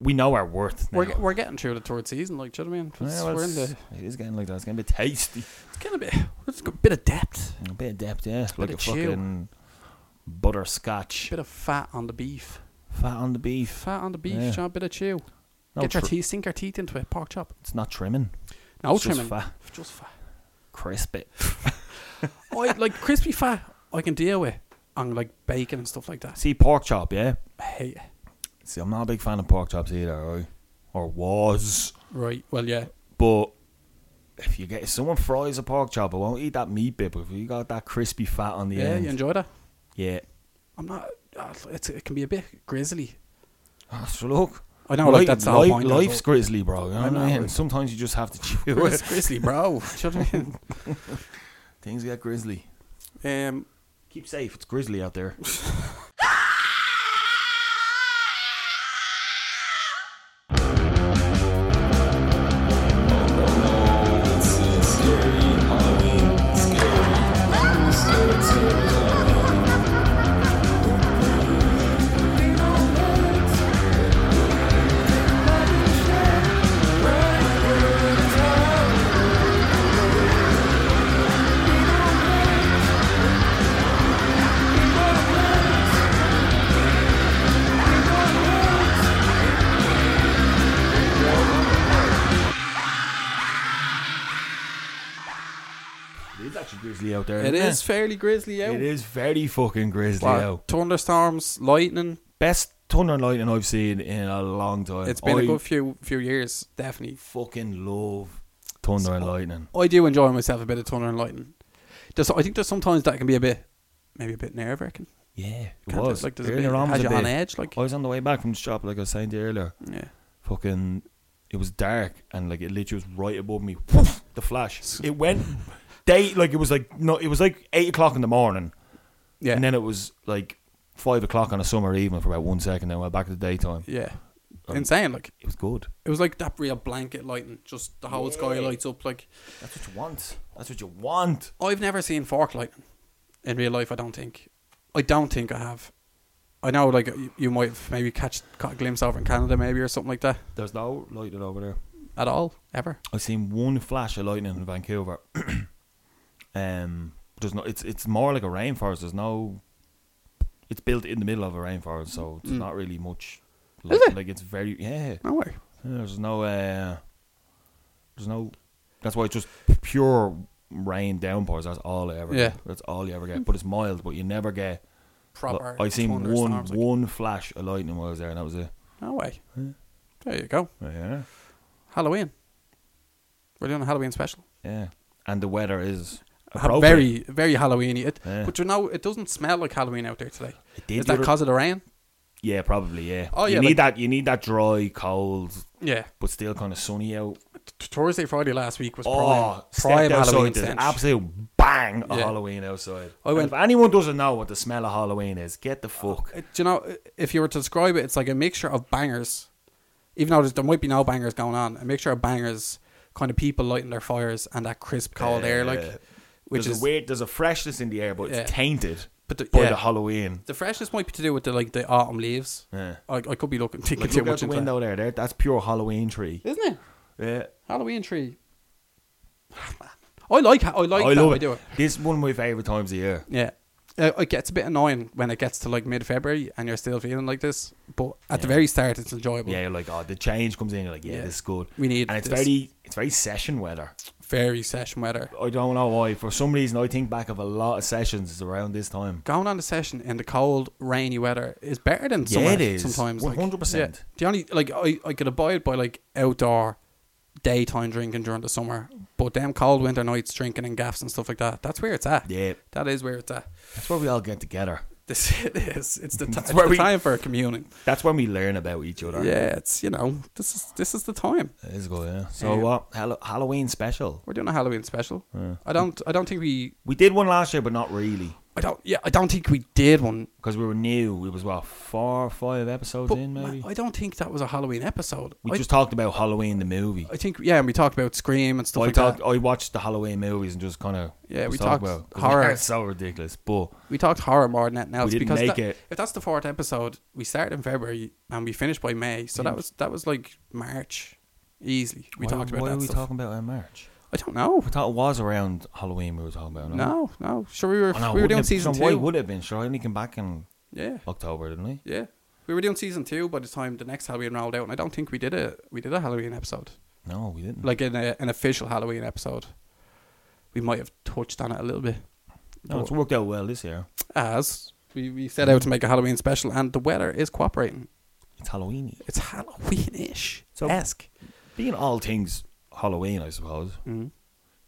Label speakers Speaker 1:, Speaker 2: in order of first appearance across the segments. Speaker 1: we know our worth. Now.
Speaker 2: We're, get- we're getting through the third season, like, do you know what I mean?
Speaker 1: Yeah,
Speaker 2: It's-
Speaker 1: well,
Speaker 2: we're in
Speaker 1: it's-
Speaker 2: the,
Speaker 1: it is getting like that. It's getting a bit tasty.
Speaker 2: it's getting a bit, it's got a bit of depth,
Speaker 1: A bit of depth, yeah. like a
Speaker 2: of chew.
Speaker 1: fucking butterscotch.
Speaker 2: bit of fat on the beef.
Speaker 1: Fat on the beef.
Speaker 2: Fat on the beef,
Speaker 1: Yeah.
Speaker 2: yeah. a bit of chew.
Speaker 1: No,
Speaker 2: Get your
Speaker 1: tr-
Speaker 2: teeth, sink your teeth into it, pork chop.
Speaker 1: It's not trimming.
Speaker 2: No
Speaker 1: it's
Speaker 2: trimming.
Speaker 1: Just fat.
Speaker 2: Just fat.
Speaker 1: Crisp it.
Speaker 2: I, like crispy fat, I can deal with. And like bacon and stuff like that.
Speaker 1: See, pork chop, yeah?
Speaker 2: I hate it.
Speaker 1: See, I'm not a big fan of pork chops either, right? Or was.
Speaker 2: Right, well, yeah.
Speaker 1: But if you get if someone fries a pork chop, I won't eat that meat bit. But if you got that crispy fat on the
Speaker 2: Yeah,
Speaker 1: end,
Speaker 2: you enjoy that?
Speaker 1: yeah.
Speaker 2: I'm not, uh, it's, it can be a bit grizzly.
Speaker 1: Ah, So look,
Speaker 2: I know, like, that's all
Speaker 1: life,
Speaker 2: mine. as
Speaker 1: life's
Speaker 2: well.
Speaker 1: grisly, bro. You know
Speaker 2: I
Speaker 1: what I
Speaker 2: know.
Speaker 1: mean? Sometimes you just have to chew
Speaker 2: Chris,
Speaker 1: it.
Speaker 2: Grizzly, bro. Do you know what I mean?
Speaker 1: Things get grisly.
Speaker 2: Um,
Speaker 1: Keep safe. It's grisly out there. It is actually grisly out there.
Speaker 2: it
Speaker 1: isn't
Speaker 2: is fairly grizzly out.
Speaker 1: It is very fucking grisly
Speaker 2: What,
Speaker 1: out.
Speaker 2: thunderstorms, lightning.
Speaker 1: Best thunder and lightning I've seen in a long time.
Speaker 2: It's been
Speaker 1: I
Speaker 2: a good few few years, definitely.
Speaker 1: fucking love thunder and lightning.
Speaker 2: I do enjoy myself a bit of thunder and lightning. Just, I think there's sometimes that can be a bit, maybe a bit nerve wracking.
Speaker 1: Yeah, it
Speaker 2: Kind of
Speaker 1: was.
Speaker 2: like there's a
Speaker 1: Earlier
Speaker 2: bit-
Speaker 1: on was
Speaker 2: has
Speaker 1: a
Speaker 2: you on
Speaker 1: bit-
Speaker 2: edge, like-
Speaker 1: I was on the way back from the shop, like I was saying to you earlier.
Speaker 2: Yeah,
Speaker 1: fucking it was dark and like it literally was right above me woof, the flash it went day like it was like no it was like eight o'clock in the morning
Speaker 2: yeah,
Speaker 1: and then it was like five o'clock on a summer evening for about one second then went back to the daytime
Speaker 2: yeah.
Speaker 1: Um,
Speaker 2: Insane, like
Speaker 1: it was good
Speaker 2: it was like that real blanket lighting, just the whole sky lights up. Like
Speaker 1: that's what you want that's what you want
Speaker 2: I've never seen fork lightning in real life. I don't think. I don't think I have. I know, like you, you might have maybe catch caught a glimpse over in Canada, maybe or something like that.
Speaker 1: there's no lightning over there
Speaker 2: At all, ever.
Speaker 1: I've seen one flash of lightning in Vancouver um there's no it's it's more like a rainforest there's no it's built in the middle of a rainforest so it's
Speaker 2: Mm.
Speaker 1: not really much
Speaker 2: Is it?
Speaker 1: like it's very yeah
Speaker 2: No way.
Speaker 1: Yeah, There's no, uh, there's no. That's why it's just pure rain downpours. That's all I ever.
Speaker 2: Yeah.
Speaker 1: Get. That's all you ever get. But it's mild. But you never get.
Speaker 2: Proper.
Speaker 1: I seen one
Speaker 2: thunderstorms, like-
Speaker 1: one flash of lightning while I was there, and that was it.
Speaker 2: No way.
Speaker 1: Yeah.
Speaker 2: There you go.
Speaker 1: Yeah,
Speaker 2: Halloween. We're doing a Halloween special.
Speaker 1: yeah. And the weather is
Speaker 2: Ha-
Speaker 1: appropriate.
Speaker 2: Uh, Very, very Halloweeny. It,
Speaker 1: Yeah.
Speaker 2: But you know, it doesn't smell like Halloween out there today.
Speaker 1: It did
Speaker 2: Is
Speaker 1: the
Speaker 2: that
Speaker 1: other-
Speaker 2: because of the rain?
Speaker 1: yeah, probably. Yeah.
Speaker 2: Oh, yeah,
Speaker 1: You need
Speaker 2: like-
Speaker 1: that. You need that dry, cold,
Speaker 2: Yeah.
Speaker 1: but still kind of sunny out.
Speaker 2: T- Thursday, Friday last week was
Speaker 1: Oh,
Speaker 2: prime, prime
Speaker 1: stepped outside.
Speaker 2: Halloween
Speaker 1: There's an
Speaker 2: stench.
Speaker 1: absolute bang of
Speaker 2: Yeah.
Speaker 1: Halloween outside.
Speaker 2: I
Speaker 1: And
Speaker 2: went-
Speaker 1: if anyone doesn't know what the smell of Halloween is, get the fuck.
Speaker 2: Uh, do you know, i- if you were to describe it, it's like a mixture of bangers, even though there's- there might be no bangers going on, a mixture of bangers, kind of people lighting their fires and that crisp, cold air,
Speaker 1: Yeah.
Speaker 2: like, which
Speaker 1: there's
Speaker 2: is
Speaker 1: a weird. There's a freshness in the air, but
Speaker 2: Yeah.
Speaker 1: it's tainted
Speaker 2: But the-
Speaker 1: by
Speaker 2: yeah.
Speaker 1: the Halloween.
Speaker 2: The freshness might be to do with the like the autumn leaves.
Speaker 1: Yeah.
Speaker 2: I, I could be looking thinking
Speaker 1: Like
Speaker 2: too
Speaker 1: look out
Speaker 2: much
Speaker 1: the
Speaker 2: into
Speaker 1: window there, there. That's pure Halloween tree.
Speaker 2: is isn't it?
Speaker 1: Yeah,
Speaker 2: Halloween tree. I like ha- I like
Speaker 1: I
Speaker 2: that
Speaker 1: love
Speaker 2: I
Speaker 1: it.
Speaker 2: do it.
Speaker 1: This is one of my favorite times of year.
Speaker 2: Yeah. Uh, it gets a bit annoying when it gets to like mid February and you're still feeling like this, but at the
Speaker 1: Yeah.
Speaker 2: very start it's enjoyable.
Speaker 1: Yeah, you're like oh, the change comes in. You're like, yeah,
Speaker 2: Yeah.
Speaker 1: this is good.
Speaker 2: We need
Speaker 1: and it's
Speaker 2: this.
Speaker 1: very, it's very session weather.
Speaker 2: Very session weather.
Speaker 1: I don't know why. For some reason, I think back of a lot of sessions around this time.
Speaker 2: Going on a session in the cold, rainy weather is better than
Speaker 1: Yeah,
Speaker 2: summer
Speaker 1: it is.
Speaker 2: sometimes. like-
Speaker 1: 100%.
Speaker 2: Yeah. The only like I, I could abide by like outdoor daytime drinking during the summer, but them cold winter nights drinking in gaffs and stuff like that, that's where it's at.
Speaker 1: Yeah,
Speaker 2: That is where it's at.
Speaker 1: that's where we all get together.
Speaker 2: This it is. It's the, ti-
Speaker 1: That's
Speaker 2: it's
Speaker 1: where
Speaker 2: the
Speaker 1: we-
Speaker 2: time for communing.
Speaker 1: That's when we learn about each other.
Speaker 2: Yeah, it's you know this is this is the time.
Speaker 1: it is good. Yeah. So
Speaker 2: Um,
Speaker 1: what? Hall- Halloween special.
Speaker 2: We're doing a Halloween special. I don't I don't think we
Speaker 1: We did one last year, but not really.
Speaker 2: I don't. Yeah, I don't think we did one.
Speaker 1: because we were new. It was what four, five episodes
Speaker 2: But
Speaker 1: in, maybe.
Speaker 2: I don't think that was a Halloween episode.
Speaker 1: we
Speaker 2: I,
Speaker 1: just talked about Halloween the movie.
Speaker 2: I think yeah, and we talked about Scream and stuff
Speaker 1: I
Speaker 2: like
Speaker 1: talked.
Speaker 2: that.
Speaker 1: I watched the Halloween movies and just kind of
Speaker 2: Yeah, we talked
Speaker 1: about 'cause
Speaker 2: horror.
Speaker 1: They're so ridiculous, but
Speaker 2: We talked horror more than anything else
Speaker 1: didn't
Speaker 2: because
Speaker 1: make
Speaker 2: that-
Speaker 1: it.
Speaker 2: if that's the fourth episode, we started in February and we finished by May, so
Speaker 1: Yeah.
Speaker 2: that was that was like March, easily. We
Speaker 1: why,
Speaker 2: talked about
Speaker 1: why
Speaker 2: that
Speaker 1: are we
Speaker 2: stuff.
Speaker 1: talking about it in March?
Speaker 2: I don't know.
Speaker 1: I thought it was around Halloween we were talking about.
Speaker 2: No, no. Sure, we were
Speaker 1: Oh, no,
Speaker 2: we were
Speaker 1: wouldn't
Speaker 2: doing
Speaker 1: it-
Speaker 2: season
Speaker 1: so
Speaker 2: two.
Speaker 1: Why would it have been? Sure, I only came back in
Speaker 2: yeah,
Speaker 1: October, didn't we?
Speaker 2: yeah. We were doing season two by the time the next Halloween rolled out, and I don't think we did a we did a Halloween episode,
Speaker 1: No, we didn't.
Speaker 2: like in a, an official Halloween episode. We might have touched on it a little bit.
Speaker 1: no, it's
Speaker 2: but
Speaker 1: worked out well this year.
Speaker 2: as we, we set out to make a Halloween special, and the weather is cooperating.
Speaker 1: It's Halloweeny.
Speaker 2: It's Halloweenish.
Speaker 1: So-
Speaker 2: esque.
Speaker 1: Being all things Halloween, I suppose.
Speaker 2: Mm.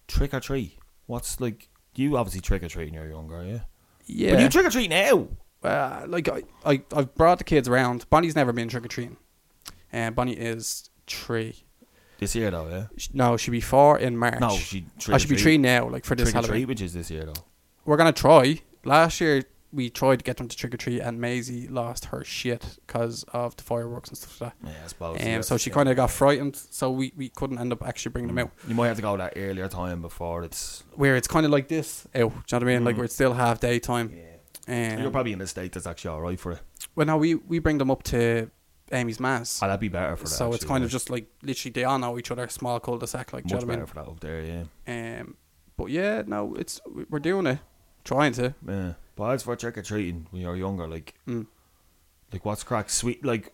Speaker 1: Trick or treat. What's like? You obviously trick or treating. You're younger, yeah.
Speaker 2: Yeah.
Speaker 1: But you trick or treat now.
Speaker 2: uh, like I, I, I've brought the kids around. Bonnie's never been trick or treating, and Bonnie is three.
Speaker 1: This year though, yeah.
Speaker 2: Sh- No, she'll be four in March.
Speaker 1: No, she
Speaker 2: I should be
Speaker 1: trick-or-treat.
Speaker 2: three now, like for this
Speaker 1: Trick or treat,
Speaker 2: Halloween.
Speaker 1: which is this year though.
Speaker 2: We're gonna try. Last year we tried to get them to trick or treat, and Maisie lost her shit because of the fireworks and stuff like
Speaker 1: Yeah, I suppose.
Speaker 2: that.
Speaker 1: Oh, yeah.
Speaker 2: Um, so she kind of got frightened. So we, we couldn't end up actually bringing them out.
Speaker 1: Mm. You might have to go that earlier time before it's.
Speaker 2: Where it's kind of like this. Oh, do you know what I mean? Like
Speaker 1: Mm.
Speaker 2: we're still half daytime. Um,
Speaker 1: You're probably in a state that's actually all right for it.
Speaker 2: well, no, we we bring them up to Amy's mass.
Speaker 1: Oh, that'd be better for that.
Speaker 2: so it's
Speaker 1: actually,
Speaker 2: kind
Speaker 1: yeah.
Speaker 2: of just like literally they all know each other, small cul-de-sac, like do you
Speaker 1: much
Speaker 2: know
Speaker 1: better
Speaker 2: what I mean?
Speaker 1: for that up there. Yeah.
Speaker 2: Um, but yeah, no, it's we're doing it, trying to.
Speaker 1: Yeah. But as for trick or treating when you're younger, like
Speaker 2: Mm.
Speaker 1: like what's crack sweet like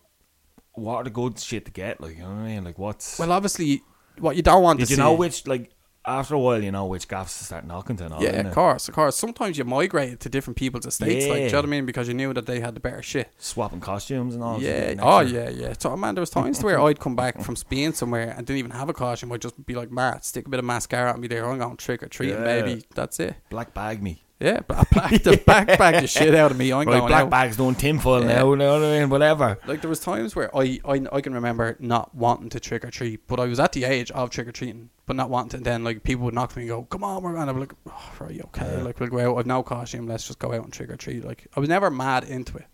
Speaker 1: what are the good shit to get? Like you know what I mean? Like what's
Speaker 2: Well, obviously, what you don't want
Speaker 1: did
Speaker 2: to
Speaker 1: you
Speaker 2: see,
Speaker 1: know which like after a while you know which gaffs to start knocking to and all
Speaker 2: yeah,
Speaker 1: innit?
Speaker 2: of course, of course. Sometimes you migrate to different people's estates, like do you know what I
Speaker 1: Yeah.
Speaker 2: mean, because you knew that they had the better shit.
Speaker 1: swapping costumes and all.
Speaker 2: yeah.
Speaker 1: shit,
Speaker 2: Oh
Speaker 1: innit?
Speaker 2: yeah, yeah. So man, there was times where I'd come back from Spain somewhere and didn't even have a costume. I'd just be like, Matt, stick a bit of mascara on me there. I'm going trick or treating,
Speaker 1: Yeah.
Speaker 2: baby. That's it.
Speaker 1: Black bag me.
Speaker 2: Yeah, but I blacked the backpack the shit out of me. I'm
Speaker 1: Right,
Speaker 2: going
Speaker 1: black
Speaker 2: out.
Speaker 1: bag's doing tinfoil
Speaker 2: Yeah.
Speaker 1: now, you know what I mean? Whatever.
Speaker 2: Like there was times where I, I I can remember not wanting to trick or treat, but I was at the age of trick or treating, but not wanting. And then like people would knock to me and go, "Come on, we're going." I'm like, oh, "Right, okay,
Speaker 1: Yeah.
Speaker 2: like we'll go out. I've no costume. Let's just go out and trick or treat." Like I was never mad into it.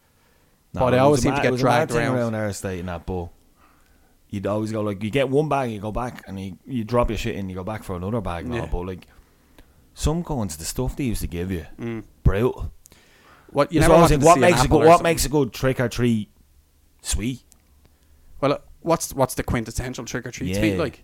Speaker 2: But
Speaker 1: it
Speaker 2: they
Speaker 1: was
Speaker 2: always
Speaker 1: a
Speaker 2: seem to
Speaker 1: mad-
Speaker 2: get
Speaker 1: it was a mad
Speaker 2: dragged
Speaker 1: thing
Speaker 2: around.
Speaker 1: around our estate in that ball. You'd always go like you get one bag, you go back, and you, you drop your shit in, you go back for another bag. and all,
Speaker 2: Yeah.
Speaker 1: but like some goings, the stuff they used to give you,
Speaker 2: Mm.
Speaker 1: brutal.
Speaker 2: What you
Speaker 1: That's what
Speaker 2: never
Speaker 1: I was
Speaker 2: wanted
Speaker 1: saying,
Speaker 2: to
Speaker 1: what
Speaker 2: see an
Speaker 1: makes a
Speaker 2: apple
Speaker 1: good
Speaker 2: or
Speaker 1: what
Speaker 2: something.
Speaker 1: makes a good trick or treat sweet?
Speaker 2: well, uh, what's what's the quintessential trick or treat to be
Speaker 1: Yeah.
Speaker 2: like?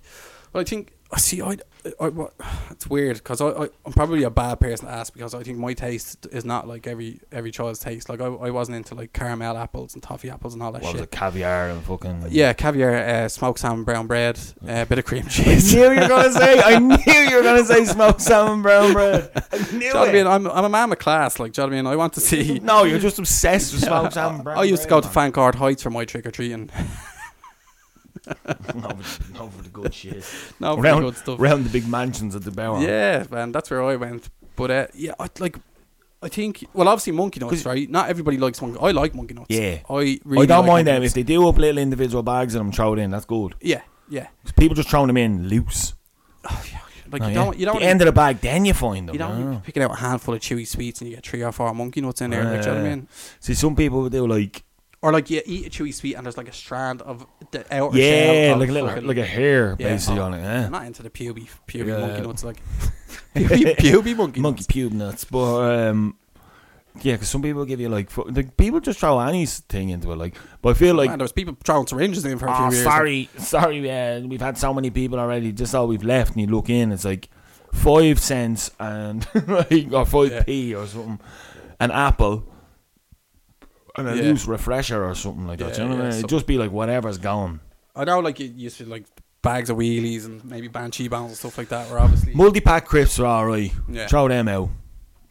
Speaker 2: Well, I think I see. I, I what, it's weird because I, I I'm probably a bad person to ask because I think my taste is not like every every child's taste. Like I, I wasn't into like caramel apples and toffee apples and all that
Speaker 1: What was
Speaker 2: shit.
Speaker 1: it, caviar and fucking?
Speaker 2: Yeah, caviar, uh, smoked salmon, brown bread, a uh, bit of cream cheese.
Speaker 1: knew you were gonna say. I knew you were gonna say smoked salmon brown bread. I
Speaker 2: Do
Speaker 1: knew
Speaker 2: you know what I mean?
Speaker 1: it.
Speaker 2: I'm, I'm a man of class, like, do you know what I mean? I want to see.
Speaker 1: No, you're just obsessed with smoked salmon brown.
Speaker 2: I used to go to
Speaker 1: bread,
Speaker 2: Fancard Heights for my trick or treating.
Speaker 1: man. no, for- no for the good shit.
Speaker 2: no, pretty
Speaker 1: round,
Speaker 2: good stuff.
Speaker 1: round the big mansions at the Bower.
Speaker 2: yeah, man, that's where I went. But uh, yeah, I, like, I think, well, obviously, monkey nuts,
Speaker 1: 'Cause-
Speaker 2: right? Not everybody likes monkey I like monkey nuts.
Speaker 1: Yeah.
Speaker 2: I really
Speaker 1: I don't mind
Speaker 2: like monkey
Speaker 1: them if
Speaker 2: nuts.
Speaker 1: they do up little individual bags and I'm thrown in. That's good.
Speaker 2: Yeah, yeah.
Speaker 1: 'Cause people just throwing them in loose.
Speaker 2: Like,
Speaker 1: No,
Speaker 2: you
Speaker 1: Oh, yeah.
Speaker 2: don't, you don't,
Speaker 1: the end of the bag, then you find them.
Speaker 2: you don't,
Speaker 1: yeah.
Speaker 2: you're picking out a handful of chewy sweets and you get three or four monkey nuts in there, like, do you know what I
Speaker 1: Yeah.
Speaker 2: mean?
Speaker 1: See, some people would do like
Speaker 2: Or like you eat a chewy sweet and there's like a strand of the outer shell.
Speaker 1: yeah,
Speaker 2: of
Speaker 1: like a little,
Speaker 2: fucking-
Speaker 1: like a hair
Speaker 2: Yeah.
Speaker 1: basically
Speaker 2: Oh,
Speaker 1: on it.
Speaker 2: I'm
Speaker 1: Yeah.
Speaker 2: not into the puby puby
Speaker 1: Yeah.
Speaker 2: monkey nuts like puby, puby monkey
Speaker 1: Monkey
Speaker 2: nuts.
Speaker 1: pube nuts, but um, yeah, because some people give you like, fu- like people just throw any thing into it. Like, but I feel like
Speaker 2: Man, there was people throwing syringes in for a few
Speaker 1: oh,
Speaker 2: years.
Speaker 1: sorry, sorry, uh, we've had so many people already. Just all we've left, and you look in, it's like five cents and like, or five p or something, an apple, and a
Speaker 2: Yeah.
Speaker 1: loose refresher or something like that. you
Speaker 2: Yeah,
Speaker 1: know what
Speaker 2: yeah,
Speaker 1: I mean? It'd
Speaker 2: some-
Speaker 1: just be like whatever's going.
Speaker 2: I know, like you you used to like bags of wheelies and maybe banshee bounds and stuff like that. Were obviously
Speaker 1: Multi pack crisps are alright.
Speaker 2: Yeah.
Speaker 1: Throw them out.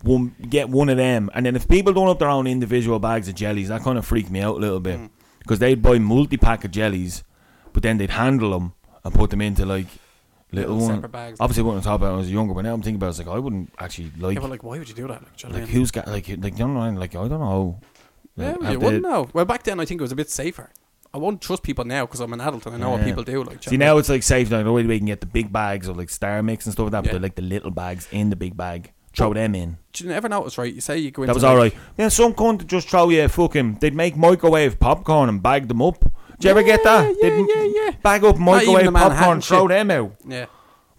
Speaker 1: One, get one of them, and then if people don't have their own individual bags of jellies, that kind of freaked me out a little bit
Speaker 2: Mm.
Speaker 1: because they'd buy multi pack of jellies, but then they'd handle them and put them into like little, one.
Speaker 2: separate bags.
Speaker 1: Obviously, I wouldn't talk about it when I was younger, but now I'm thinking about it, it's like I wouldn't actually like
Speaker 2: yeah, but like, why would you do that? Like, do you know what I
Speaker 1: like
Speaker 2: mean?
Speaker 1: who's got like like you know what I mean? like I don't know.
Speaker 2: yeah,
Speaker 1: Like,
Speaker 2: well,
Speaker 1: have
Speaker 2: you
Speaker 1: the-
Speaker 2: wouldn't know. Well, back then I think it was a bit safer. I won't trust people now because I'm an adult and I know what
Speaker 1: Yeah.
Speaker 2: people do. Like,
Speaker 1: See
Speaker 2: do you know
Speaker 1: now
Speaker 2: what
Speaker 1: it's like safe. Like the only way you can get the big bags of like Star Mix and stuff like that, but
Speaker 2: Yeah. Oh,
Speaker 1: they're like the little bags in the big bag. throw them in.
Speaker 2: Do you never notice, right? You say you go into
Speaker 1: That was
Speaker 2: like-
Speaker 1: all right. Then some cunt would just throw you fucking. They'd make microwave popcorn and bag them up. Do you ever get that?
Speaker 2: Yeah,
Speaker 1: They'd
Speaker 2: yeah, yeah, yeah.
Speaker 1: Bag up
Speaker 2: Not even the
Speaker 1: microwave
Speaker 2: Manhattan
Speaker 1: popcorn, throw
Speaker 2: shit.
Speaker 1: them out.
Speaker 2: Yeah,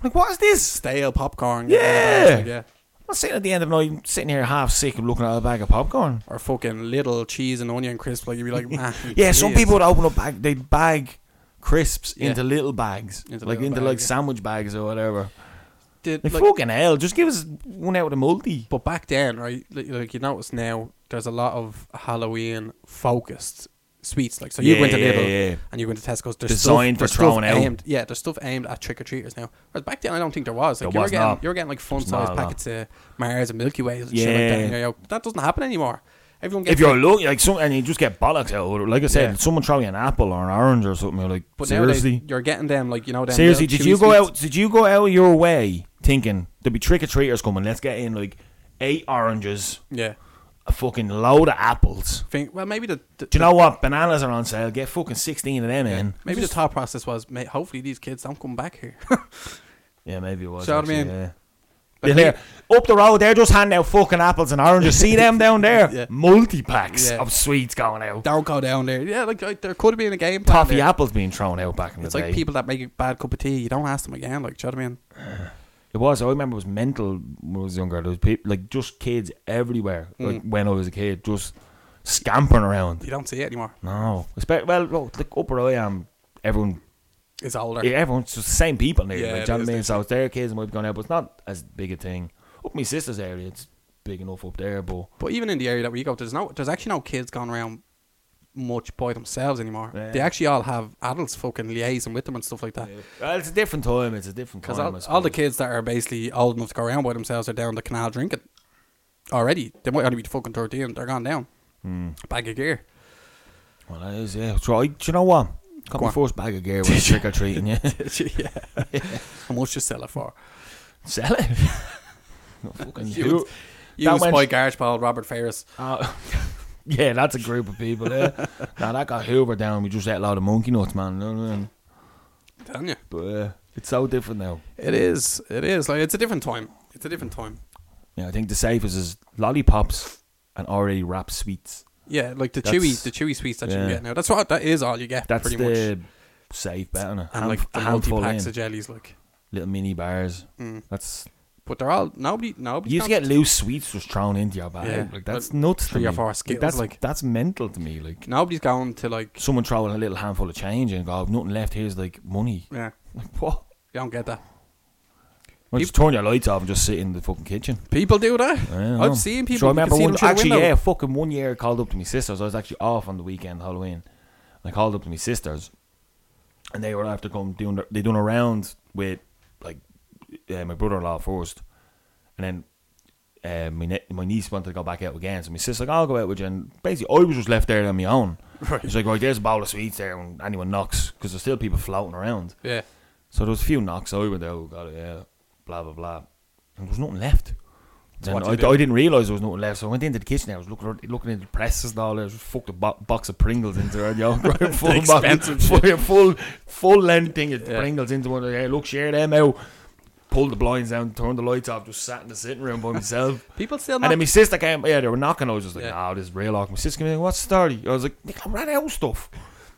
Speaker 1: Like what is this?
Speaker 2: stale popcorn.
Speaker 1: Yeah.
Speaker 2: like, yeah.
Speaker 1: I'm sitting at the end of the night, sitting here half sick, looking at a bag of popcorn.
Speaker 2: Or fucking little cheese and onion crisp. Like you'd be like, man.
Speaker 1: Yeah, some
Speaker 2: please."
Speaker 1: people would open up bag. They'd bag crisps
Speaker 2: Yeah.
Speaker 1: into little bags,
Speaker 2: Into
Speaker 1: like
Speaker 2: little
Speaker 1: into
Speaker 2: bag,
Speaker 1: like
Speaker 2: yeah.
Speaker 1: sandwich bags or whatever.
Speaker 2: did
Speaker 1: Like,
Speaker 2: like,
Speaker 1: fucking hell, just give us one out of the multi.
Speaker 2: But back then, right? Like, like you notice now, there's a lot of Halloween focused sweets. Like so, you went to
Speaker 1: Yeah,
Speaker 2: Lidl
Speaker 1: yeah, yeah.
Speaker 2: and you went to Tesco's. There's
Speaker 1: Designed
Speaker 2: stuff,
Speaker 1: for
Speaker 2: there's stuff
Speaker 1: throwing out.
Speaker 2: Aimed, yeah, there's stuff aimed at trick or treaters now. Whereas back then, I don't think there was. Like
Speaker 1: There
Speaker 2: you
Speaker 1: was
Speaker 2: were getting,
Speaker 1: not.
Speaker 2: you were getting like fun
Speaker 1: not
Speaker 2: size
Speaker 1: at all.
Speaker 2: packets of Mars and Milky Ways. And shit like
Speaker 1: Yeah.
Speaker 2: that. And you're like, that doesn't happen anymore. Everyone gets
Speaker 1: If you're lucky, like some, and you just get bollocks out. of it. Like I said,
Speaker 2: Yeah.
Speaker 1: someone throw you an apple or an orange or something. You're like,
Speaker 2: But
Speaker 1: seriously,
Speaker 2: nowadays, you're getting them like you know. Them
Speaker 1: seriously,
Speaker 2: little
Speaker 1: did you
Speaker 2: chewy
Speaker 1: go
Speaker 2: sweets.
Speaker 1: out? Did you go out of your way thinking there'll be trick or treaters coming? Let's get in like eight oranges,
Speaker 2: Yeah.
Speaker 1: a fucking load of apples.
Speaker 2: Think, well, maybe the, the
Speaker 1: Do you know what? Bananas are on sale. Get fucking sixteen of them in.
Speaker 2: maybe the
Speaker 1: Just-
Speaker 2: thought process was, mate, hopefully these kids don't come back here.
Speaker 1: Yeah, maybe it was.
Speaker 2: So, I
Speaker 1: actually,
Speaker 2: mean,
Speaker 1: yeah.
Speaker 2: Like,
Speaker 1: They're there. up the road, they're just handing out fucking apples and oranges. See them down there?
Speaker 2: Yeah.
Speaker 1: Multi packs
Speaker 2: Yeah.
Speaker 1: of sweets going out.
Speaker 2: don't go down there. Yeah, like, like there could have been a game plan.
Speaker 1: Toffee
Speaker 2: there.
Speaker 1: apples being thrown out back in
Speaker 2: It's
Speaker 1: the
Speaker 2: like
Speaker 1: day.
Speaker 2: people that make a bad cup of tea. You don't ask them again. Like, do you know what I mean?
Speaker 1: It was. I remember it was mental when I was younger. There was people like just kids everywhere. Like
Speaker 2: Mm.
Speaker 1: when I was a kid, just scampering around.
Speaker 2: You don't see it anymore.
Speaker 1: No, Espe- well, look, like up where I am, everyone,
Speaker 2: It's older.
Speaker 1: yeah, everyone's just the same people now. like,
Speaker 2: Yeah, it
Speaker 1: do you know what I
Speaker 2: is,
Speaker 1: mean?
Speaker 2: it
Speaker 1: So it's their kids might be going out, but it's not as big a thing. Up my sister's area, it's big enough up there, but
Speaker 2: But even in the area that we go, to, there's no, there's actually no kids going around much by themselves anymore.
Speaker 1: Yeah.
Speaker 2: They actually all have adults fucking liaising with them and stuff like that.
Speaker 1: well, it's a different time. It's a different
Speaker 2: Because
Speaker 1: time. I
Speaker 2: all, all the
Speaker 1: suppose.
Speaker 2: kids that are basically old enough to go around by themselves are down the canal drinking already. They might only be fucking 13. They're gone down.
Speaker 1: Hmm.
Speaker 2: Bag of gear.
Speaker 1: Well, that is, yeah. So I, do you know what? Got
Speaker 2: Go
Speaker 1: my
Speaker 2: on.
Speaker 1: first bag of gear when trick or treating, yeah.
Speaker 2: yeah. How much you sell it for?
Speaker 1: Sell it. Fucking
Speaker 2: You
Speaker 1: who-
Speaker 2: would- You
Speaker 1: That
Speaker 2: was
Speaker 1: went-
Speaker 2: by Garchbald, Robert Ferris.
Speaker 1: uh, yeah, that's a group of people there. now that got Hoover down. We just ate a lot of monkey nuts, man. You know what I mean?
Speaker 2: I'm telling you.
Speaker 1: But uh, it's so different now.
Speaker 2: It is. It is. Like it's a different time. It's a different time.
Speaker 1: Yeah, I think the safest is lollipops and already wrapped sweets.
Speaker 2: Yeah, like the
Speaker 1: That's-
Speaker 2: chewy, the chewy sweets that you
Speaker 1: yeah.
Speaker 2: can get now. That's what that is all you get.
Speaker 1: That's
Speaker 2: pretty
Speaker 1: the
Speaker 2: much.
Speaker 1: safe bet, isn't it?
Speaker 2: And
Speaker 1: Hand-
Speaker 2: like the
Speaker 1: a
Speaker 2: multi
Speaker 1: handful
Speaker 2: packs
Speaker 1: in.
Speaker 2: of jellies, like.
Speaker 1: little mini bars.
Speaker 2: Mm.
Speaker 1: That's
Speaker 2: But they're all nobody. Nobody.
Speaker 1: You used to get loose sweets just thrown into your bag.
Speaker 2: Yeah.
Speaker 1: Like that's
Speaker 2: But
Speaker 1: nuts. to
Speaker 2: three or
Speaker 1: me.
Speaker 2: four
Speaker 1: Like,
Speaker 2: Skittles,
Speaker 1: That's
Speaker 2: like-
Speaker 1: that's mental to me. Like
Speaker 2: Nobody's going to like.
Speaker 1: someone throwing a little handful of change and go, "I've nothing left. Here's like money.
Speaker 2: Yeah,
Speaker 1: Like what?
Speaker 2: you don't get that.
Speaker 1: Well, just turn your lights off and just sit in the fucking kitchen.
Speaker 2: People do that.
Speaker 1: I don't know.
Speaker 2: I've seen people.
Speaker 1: So I
Speaker 2: you can
Speaker 1: remember
Speaker 2: see
Speaker 1: one,
Speaker 2: them through the
Speaker 1: actually,
Speaker 2: window.
Speaker 1: yeah, fucking one year I called up to my sisters. I was actually off on the weekend Halloween. I called up to my sisters, and they were after come doing their, they done a round with like uh, my brother in law first, and then uh, my ne- my niece wanted to go back out again. So my sister's like, "I'll go out with you." And basically, I was just left there on my own.
Speaker 2: Right.
Speaker 1: It's like, right, there's a bowl of sweets there, and anyone knocks because there's still people floating around.
Speaker 2: Yeah.
Speaker 1: So there was a few knocks. I went there, oh, got it, yeah, blah, blah, blah. And there was nothing left. Then
Speaker 2: What
Speaker 1: I,
Speaker 2: did you do?
Speaker 1: I didn't realise there was nothing left, so I went into the kitchen. I was looking around- looking into the presses and all. There, just fucked a bo- box of Pringles into her. You know, grabbed full,
Speaker 2: expensive
Speaker 1: box, full, full, full length thing of
Speaker 2: Yeah.
Speaker 1: Pringles into one. Hey, look, share them out. Pulled the blinds down, turned the lights off, just sat in the sitting room by myself.
Speaker 2: People still
Speaker 1: And
Speaker 2: not.
Speaker 1: then my sister came, yeah, they were knocking. I was just like,
Speaker 2: Yeah.
Speaker 1: nah, this is real awkward. My sister came in, what's the story? I was like, Nick, I ran out of stuff.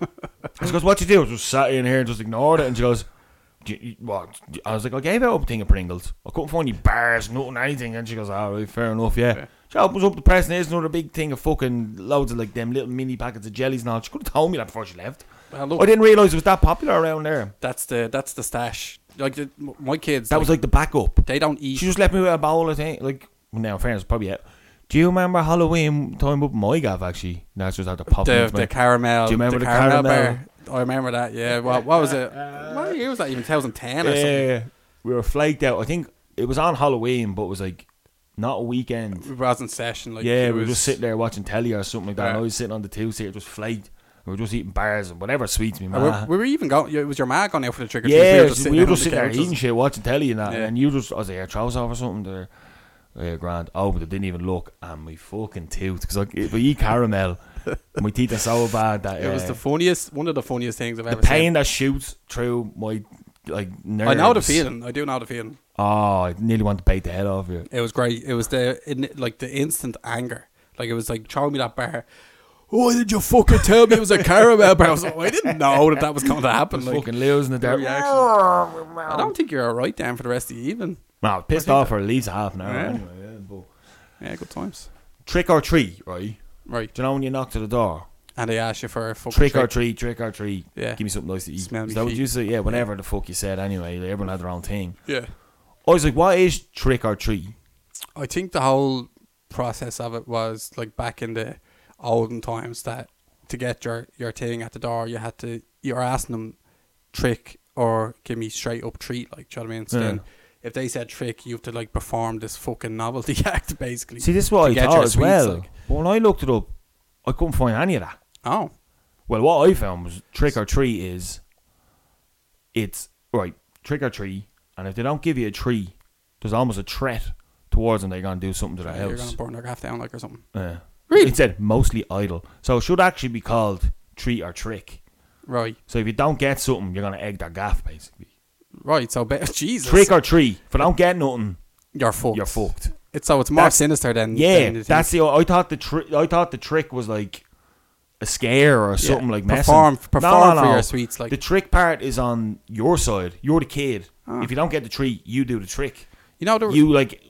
Speaker 1: she goes, what you do? I just sat in here and just ignored it. And she goes, do you, you- what? Do you-" I was like, I gave out a thing of Pringles. I couldn't find any bars, nothing, anything. And she goes, all right, fair enough, yeah.
Speaker 2: Yeah.
Speaker 1: She opens up the press and there's another big thing of fucking loads of like them little mini packets of jellies and all. She could have told me that before she left.
Speaker 2: Well,
Speaker 1: I
Speaker 2: look,
Speaker 1: didn't realise it was that popular around there.
Speaker 2: that's the that's the stash. Like the, m- my kids,
Speaker 1: That was like the backup.
Speaker 2: they don't eat.
Speaker 1: She just left me with a bowl of thing. Like, well, now, in fairness, probably it. Do you remember Halloween time up my gav, actually? That's just how the pop
Speaker 2: the,
Speaker 1: into my-
Speaker 2: the caramel.
Speaker 1: Do you remember
Speaker 2: the
Speaker 1: the
Speaker 2: caramel,
Speaker 1: caramel?
Speaker 2: bar? I remember that. Yeah. What what was it? what year was that? Even 2010 or something.
Speaker 1: Yeah, we were flaked out. I think it was on Halloween, but it was like not a weekend.
Speaker 2: We wasn't session. Like
Speaker 1: yeah, we
Speaker 2: it
Speaker 1: were
Speaker 2: was,
Speaker 1: just sitting there watching telly or something like that. And I
Speaker 2: Right.
Speaker 1: was sitting on the two seater, just flaked. We were just eating bars and whatever sweets me,
Speaker 2: And we-
Speaker 1: man.
Speaker 2: We Uh, were even going. It was your ma going out for the trick or treat.
Speaker 1: yeah, we were just
Speaker 2: on the
Speaker 1: sitting there
Speaker 2: couches.
Speaker 1: eating shit, watching telly and that.
Speaker 2: Yeah.
Speaker 1: And you just, I was like, "Your trousers off or something there. Yeah, grand. Oh, but I didn't even look. And my fucking tooth, because we eat caramel. my teeth are so bad that
Speaker 2: It was
Speaker 1: uh,
Speaker 2: the funniest, one of the funniest things I've
Speaker 1: the
Speaker 2: ever
Speaker 1: pain
Speaker 2: seen.
Speaker 1: that shoots through my like nerves.
Speaker 2: I know the feeling. I do know the feeling.
Speaker 1: Oh, I nearly want to bite the head off you.
Speaker 2: It was great. It was the in, like the instant anger. Like it was like throwing me that bar. Why did you fucking tell me it was a caramel bar? I was like, "Oh, I didn't know that that was going to happen. Like,
Speaker 1: Fucking losing it there.
Speaker 2: reaction. I don't think you're all right, Dan, for the rest of the evening.
Speaker 1: Wow, pissed off for at least half an hour.
Speaker 2: Yeah.
Speaker 1: Anyway, yeah, but.
Speaker 2: Yeah, good times.
Speaker 1: Trick or treat, right?
Speaker 2: Right.
Speaker 1: Do you know when you knock to the door?
Speaker 2: And they asked you for a fucking
Speaker 1: Trick, or treat, trick or treat.
Speaker 2: Yeah.
Speaker 1: Give me something nice to eat.
Speaker 2: Smell me
Speaker 1: Is that what
Speaker 2: feet.
Speaker 1: you say? Yeah, whatever the fuck you said anyway. like, Everyone had their own thing.
Speaker 2: Yeah.
Speaker 1: I was like, what is trick or treat?
Speaker 2: I think the whole process of it was like back in the olden times that to get your, your thing at the door, you had to, you're asking them trick or give me straight up treat, like, do you know what I mean? So
Speaker 1: Yeah.
Speaker 2: then if they said trick, you have to like perform this fucking novelty act basically.
Speaker 1: See, this is what
Speaker 2: to
Speaker 1: I
Speaker 2: get
Speaker 1: thought
Speaker 2: your
Speaker 1: as
Speaker 2: sweets,
Speaker 1: well.
Speaker 2: like.
Speaker 1: But when I looked it up, I couldn't find any of that.
Speaker 2: Oh,
Speaker 1: Well, what I found was trick or treat is it's right trick or treat, and if they don't give you a treat, there's almost a threat towards them. They're gonna do something to their
Speaker 2: you're going
Speaker 1: house.
Speaker 2: to burn their gaff down like or something.
Speaker 1: Yeah.
Speaker 2: Really?
Speaker 1: It said mostly idle, so it should actually be called treat or trick.
Speaker 2: Right.
Speaker 1: So if you don't get something, you're gonna egg their gaff basically.
Speaker 2: Right. So, be- Jesus.
Speaker 1: Trick or treat. If I don't get nothing,
Speaker 2: you're fucked.
Speaker 1: you're fucked.
Speaker 2: It's, so it's more
Speaker 1: That's-
Speaker 2: sinister than.
Speaker 1: Yeah,
Speaker 2: than you think.
Speaker 1: that's the. I thought the trick. I thought the trick was like a scare or something like messing.
Speaker 2: Perform- perform for your sweets, like-
Speaker 1: the trick part is on your side. You're the kid.
Speaker 2: Ah.
Speaker 1: If you don't get the treat, you do the trick.
Speaker 2: You know, there,
Speaker 1: You like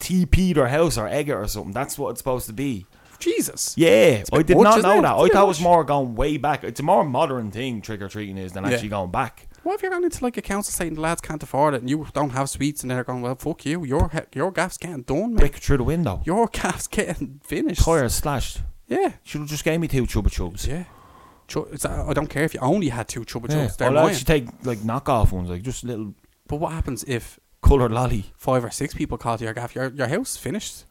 Speaker 1: TP'd or house or egg it or something. That's what it's supposed to be.
Speaker 2: Jesus.
Speaker 1: Yeah,
Speaker 2: a
Speaker 1: I
Speaker 2: bit
Speaker 1: did
Speaker 2: much,
Speaker 1: not
Speaker 2: isn't
Speaker 1: know
Speaker 2: it?
Speaker 1: that.
Speaker 2: It's a
Speaker 1: I
Speaker 2: bit
Speaker 1: thought it was
Speaker 2: much.
Speaker 1: more going way back. It's a more modern thing trick or treating is than
Speaker 2: Yeah.
Speaker 1: actually going back.
Speaker 2: What if you're going into like a council saying the lads can't afford it and you don't have sweets and they're going, well, fuck you. Your he- your gaff's getting done, mate.
Speaker 1: Brick through the window.
Speaker 2: Your gaff's getting finished.
Speaker 1: Tires slashed.
Speaker 2: Yeah.
Speaker 1: Should have just gave me two chubba chubs.
Speaker 2: Yeah. Chu- it's- uh, I don't care if you only had two Chubba
Speaker 1: Yeah.
Speaker 2: Chubs. They're
Speaker 1: I'll
Speaker 2: mine.
Speaker 1: actually take like knockoff ones, like just little
Speaker 2: But what happens if
Speaker 1: coloured lolly.
Speaker 2: five or six people call to your gaff? Your, your house finished.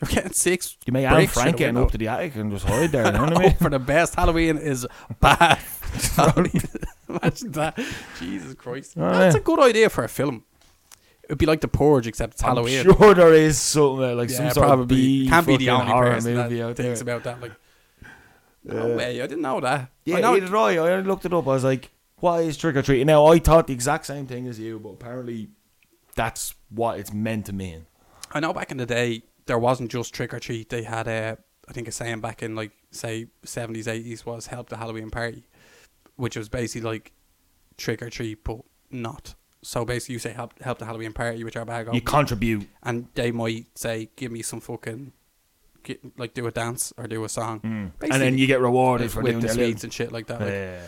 Speaker 2: You're getting six.
Speaker 1: You may Anne
Speaker 2: bricks through
Speaker 1: Frank
Speaker 2: the
Speaker 1: getting
Speaker 2: window.
Speaker 1: up to the attic and just hide there. You know what I
Speaker 2: Oh,
Speaker 1: mean?
Speaker 2: for the best Halloween is bad. Imagine that. Jesus Christ.
Speaker 1: Oh,
Speaker 2: That's
Speaker 1: yeah.
Speaker 2: a good idea for a film. It'd be like The Purge, except it's Halloween.
Speaker 1: I'm sure there is something uh, like some sort of B
Speaker 2: can't be the
Speaker 1: fucking
Speaker 2: only
Speaker 1: horror
Speaker 2: person
Speaker 1: movie
Speaker 2: that
Speaker 1: out there.
Speaker 2: thinks about that. Like, no way, I didn't know that.
Speaker 1: yeah,
Speaker 2: I know.
Speaker 1: either I. I looked it up. I was like, "What is trick or treat?" Now I thought the exact same thing as you, but apparently that's what it's meant to mean.
Speaker 2: I know. Back in the day, there wasn't just trick or treat. They had a, I think a saying back in like say seventies, eighties was help the Halloween party, which was basically like trick or treat, but not. So basically, you say help help the Halloween party with your bag,
Speaker 1: You
Speaker 2: opener,
Speaker 1: contribute.
Speaker 2: and they might say give me some fucking, gi- like do a dance or do a song,
Speaker 1: Mm. And then you get rewarded for
Speaker 2: with
Speaker 1: doing
Speaker 2: the
Speaker 1: their
Speaker 2: sweets
Speaker 1: little.
Speaker 2: and shit like that. like-
Speaker 1: Yeah.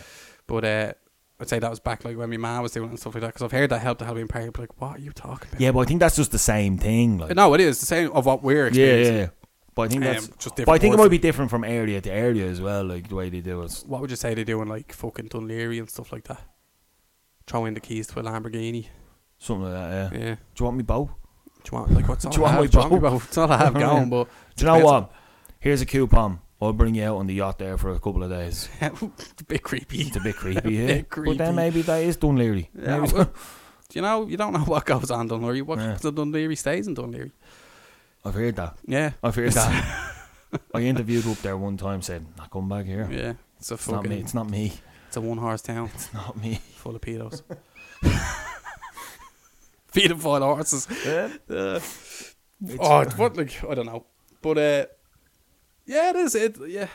Speaker 2: But uh, I'd say that was back like when my mom was doing it and stuff like that. Because I've heard that helped the Halloween party. But like, what are you talking about?
Speaker 1: yeah, but I think that's just the same thing. Like,
Speaker 2: No, it is the same of what we're
Speaker 1: yeah,
Speaker 2: experiencing.
Speaker 1: yeah. But I think
Speaker 2: Um,
Speaker 1: that's
Speaker 2: just
Speaker 1: But I
Speaker 2: different
Speaker 1: think it
Speaker 2: words.
Speaker 1: might be different from area to area as well, like the way they do it.
Speaker 2: What would you say they do in like fucking Dunleary and stuff like that? Throwing the keys to a Lamborghini.
Speaker 1: Something like that. Yeah.
Speaker 2: Yeah.
Speaker 1: Do you want me bow?
Speaker 2: Do you want like what's all
Speaker 1: Do you
Speaker 2: I
Speaker 1: want
Speaker 2: have?
Speaker 1: my Oh,
Speaker 2: Do you want me
Speaker 1: bow?
Speaker 2: bow? It's all I have going, but
Speaker 1: Do you know
Speaker 2: depends
Speaker 1: what? Here's a coupon. I'll bring you out on the yacht there for a couple of days.
Speaker 2: on- it's a bit creepy.
Speaker 1: It's a bit creepy, yeah.
Speaker 2: bit
Speaker 1: But
Speaker 2: creepy.
Speaker 1: then maybe that is Dunleary.
Speaker 2: Yeah,
Speaker 1: Maybe-
Speaker 2: well, you know, you don't know what goes on in Dunleary. What
Speaker 1: Yeah.
Speaker 2: happens in Dunleary stays in Dunleary.
Speaker 1: I've heard that.
Speaker 2: Yeah.
Speaker 1: I've heard that. I interviewed up there one time, said, "Not coming back here.
Speaker 2: Yeah. It's a
Speaker 1: It's not
Speaker 2: fucking.
Speaker 1: me. It's not me.
Speaker 2: it's a one horse town.
Speaker 1: It's not me."
Speaker 2: full of pedos. Feeding fine horses. Uh, oh, what like I don't know, but uh, yeah, it is. It yeah,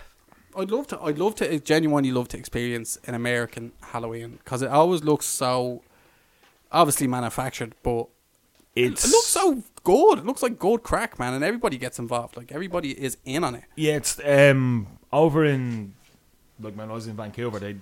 Speaker 2: I'd love to. I'd love to. I genuinely love to experience an American Halloween because it always looks so obviously manufactured, but
Speaker 1: It's
Speaker 2: it looks so good. It looks like gold crack, man, and everybody gets involved. Like everybody is in on it.
Speaker 1: yeah. It's um over in like when I was in Vancouver, they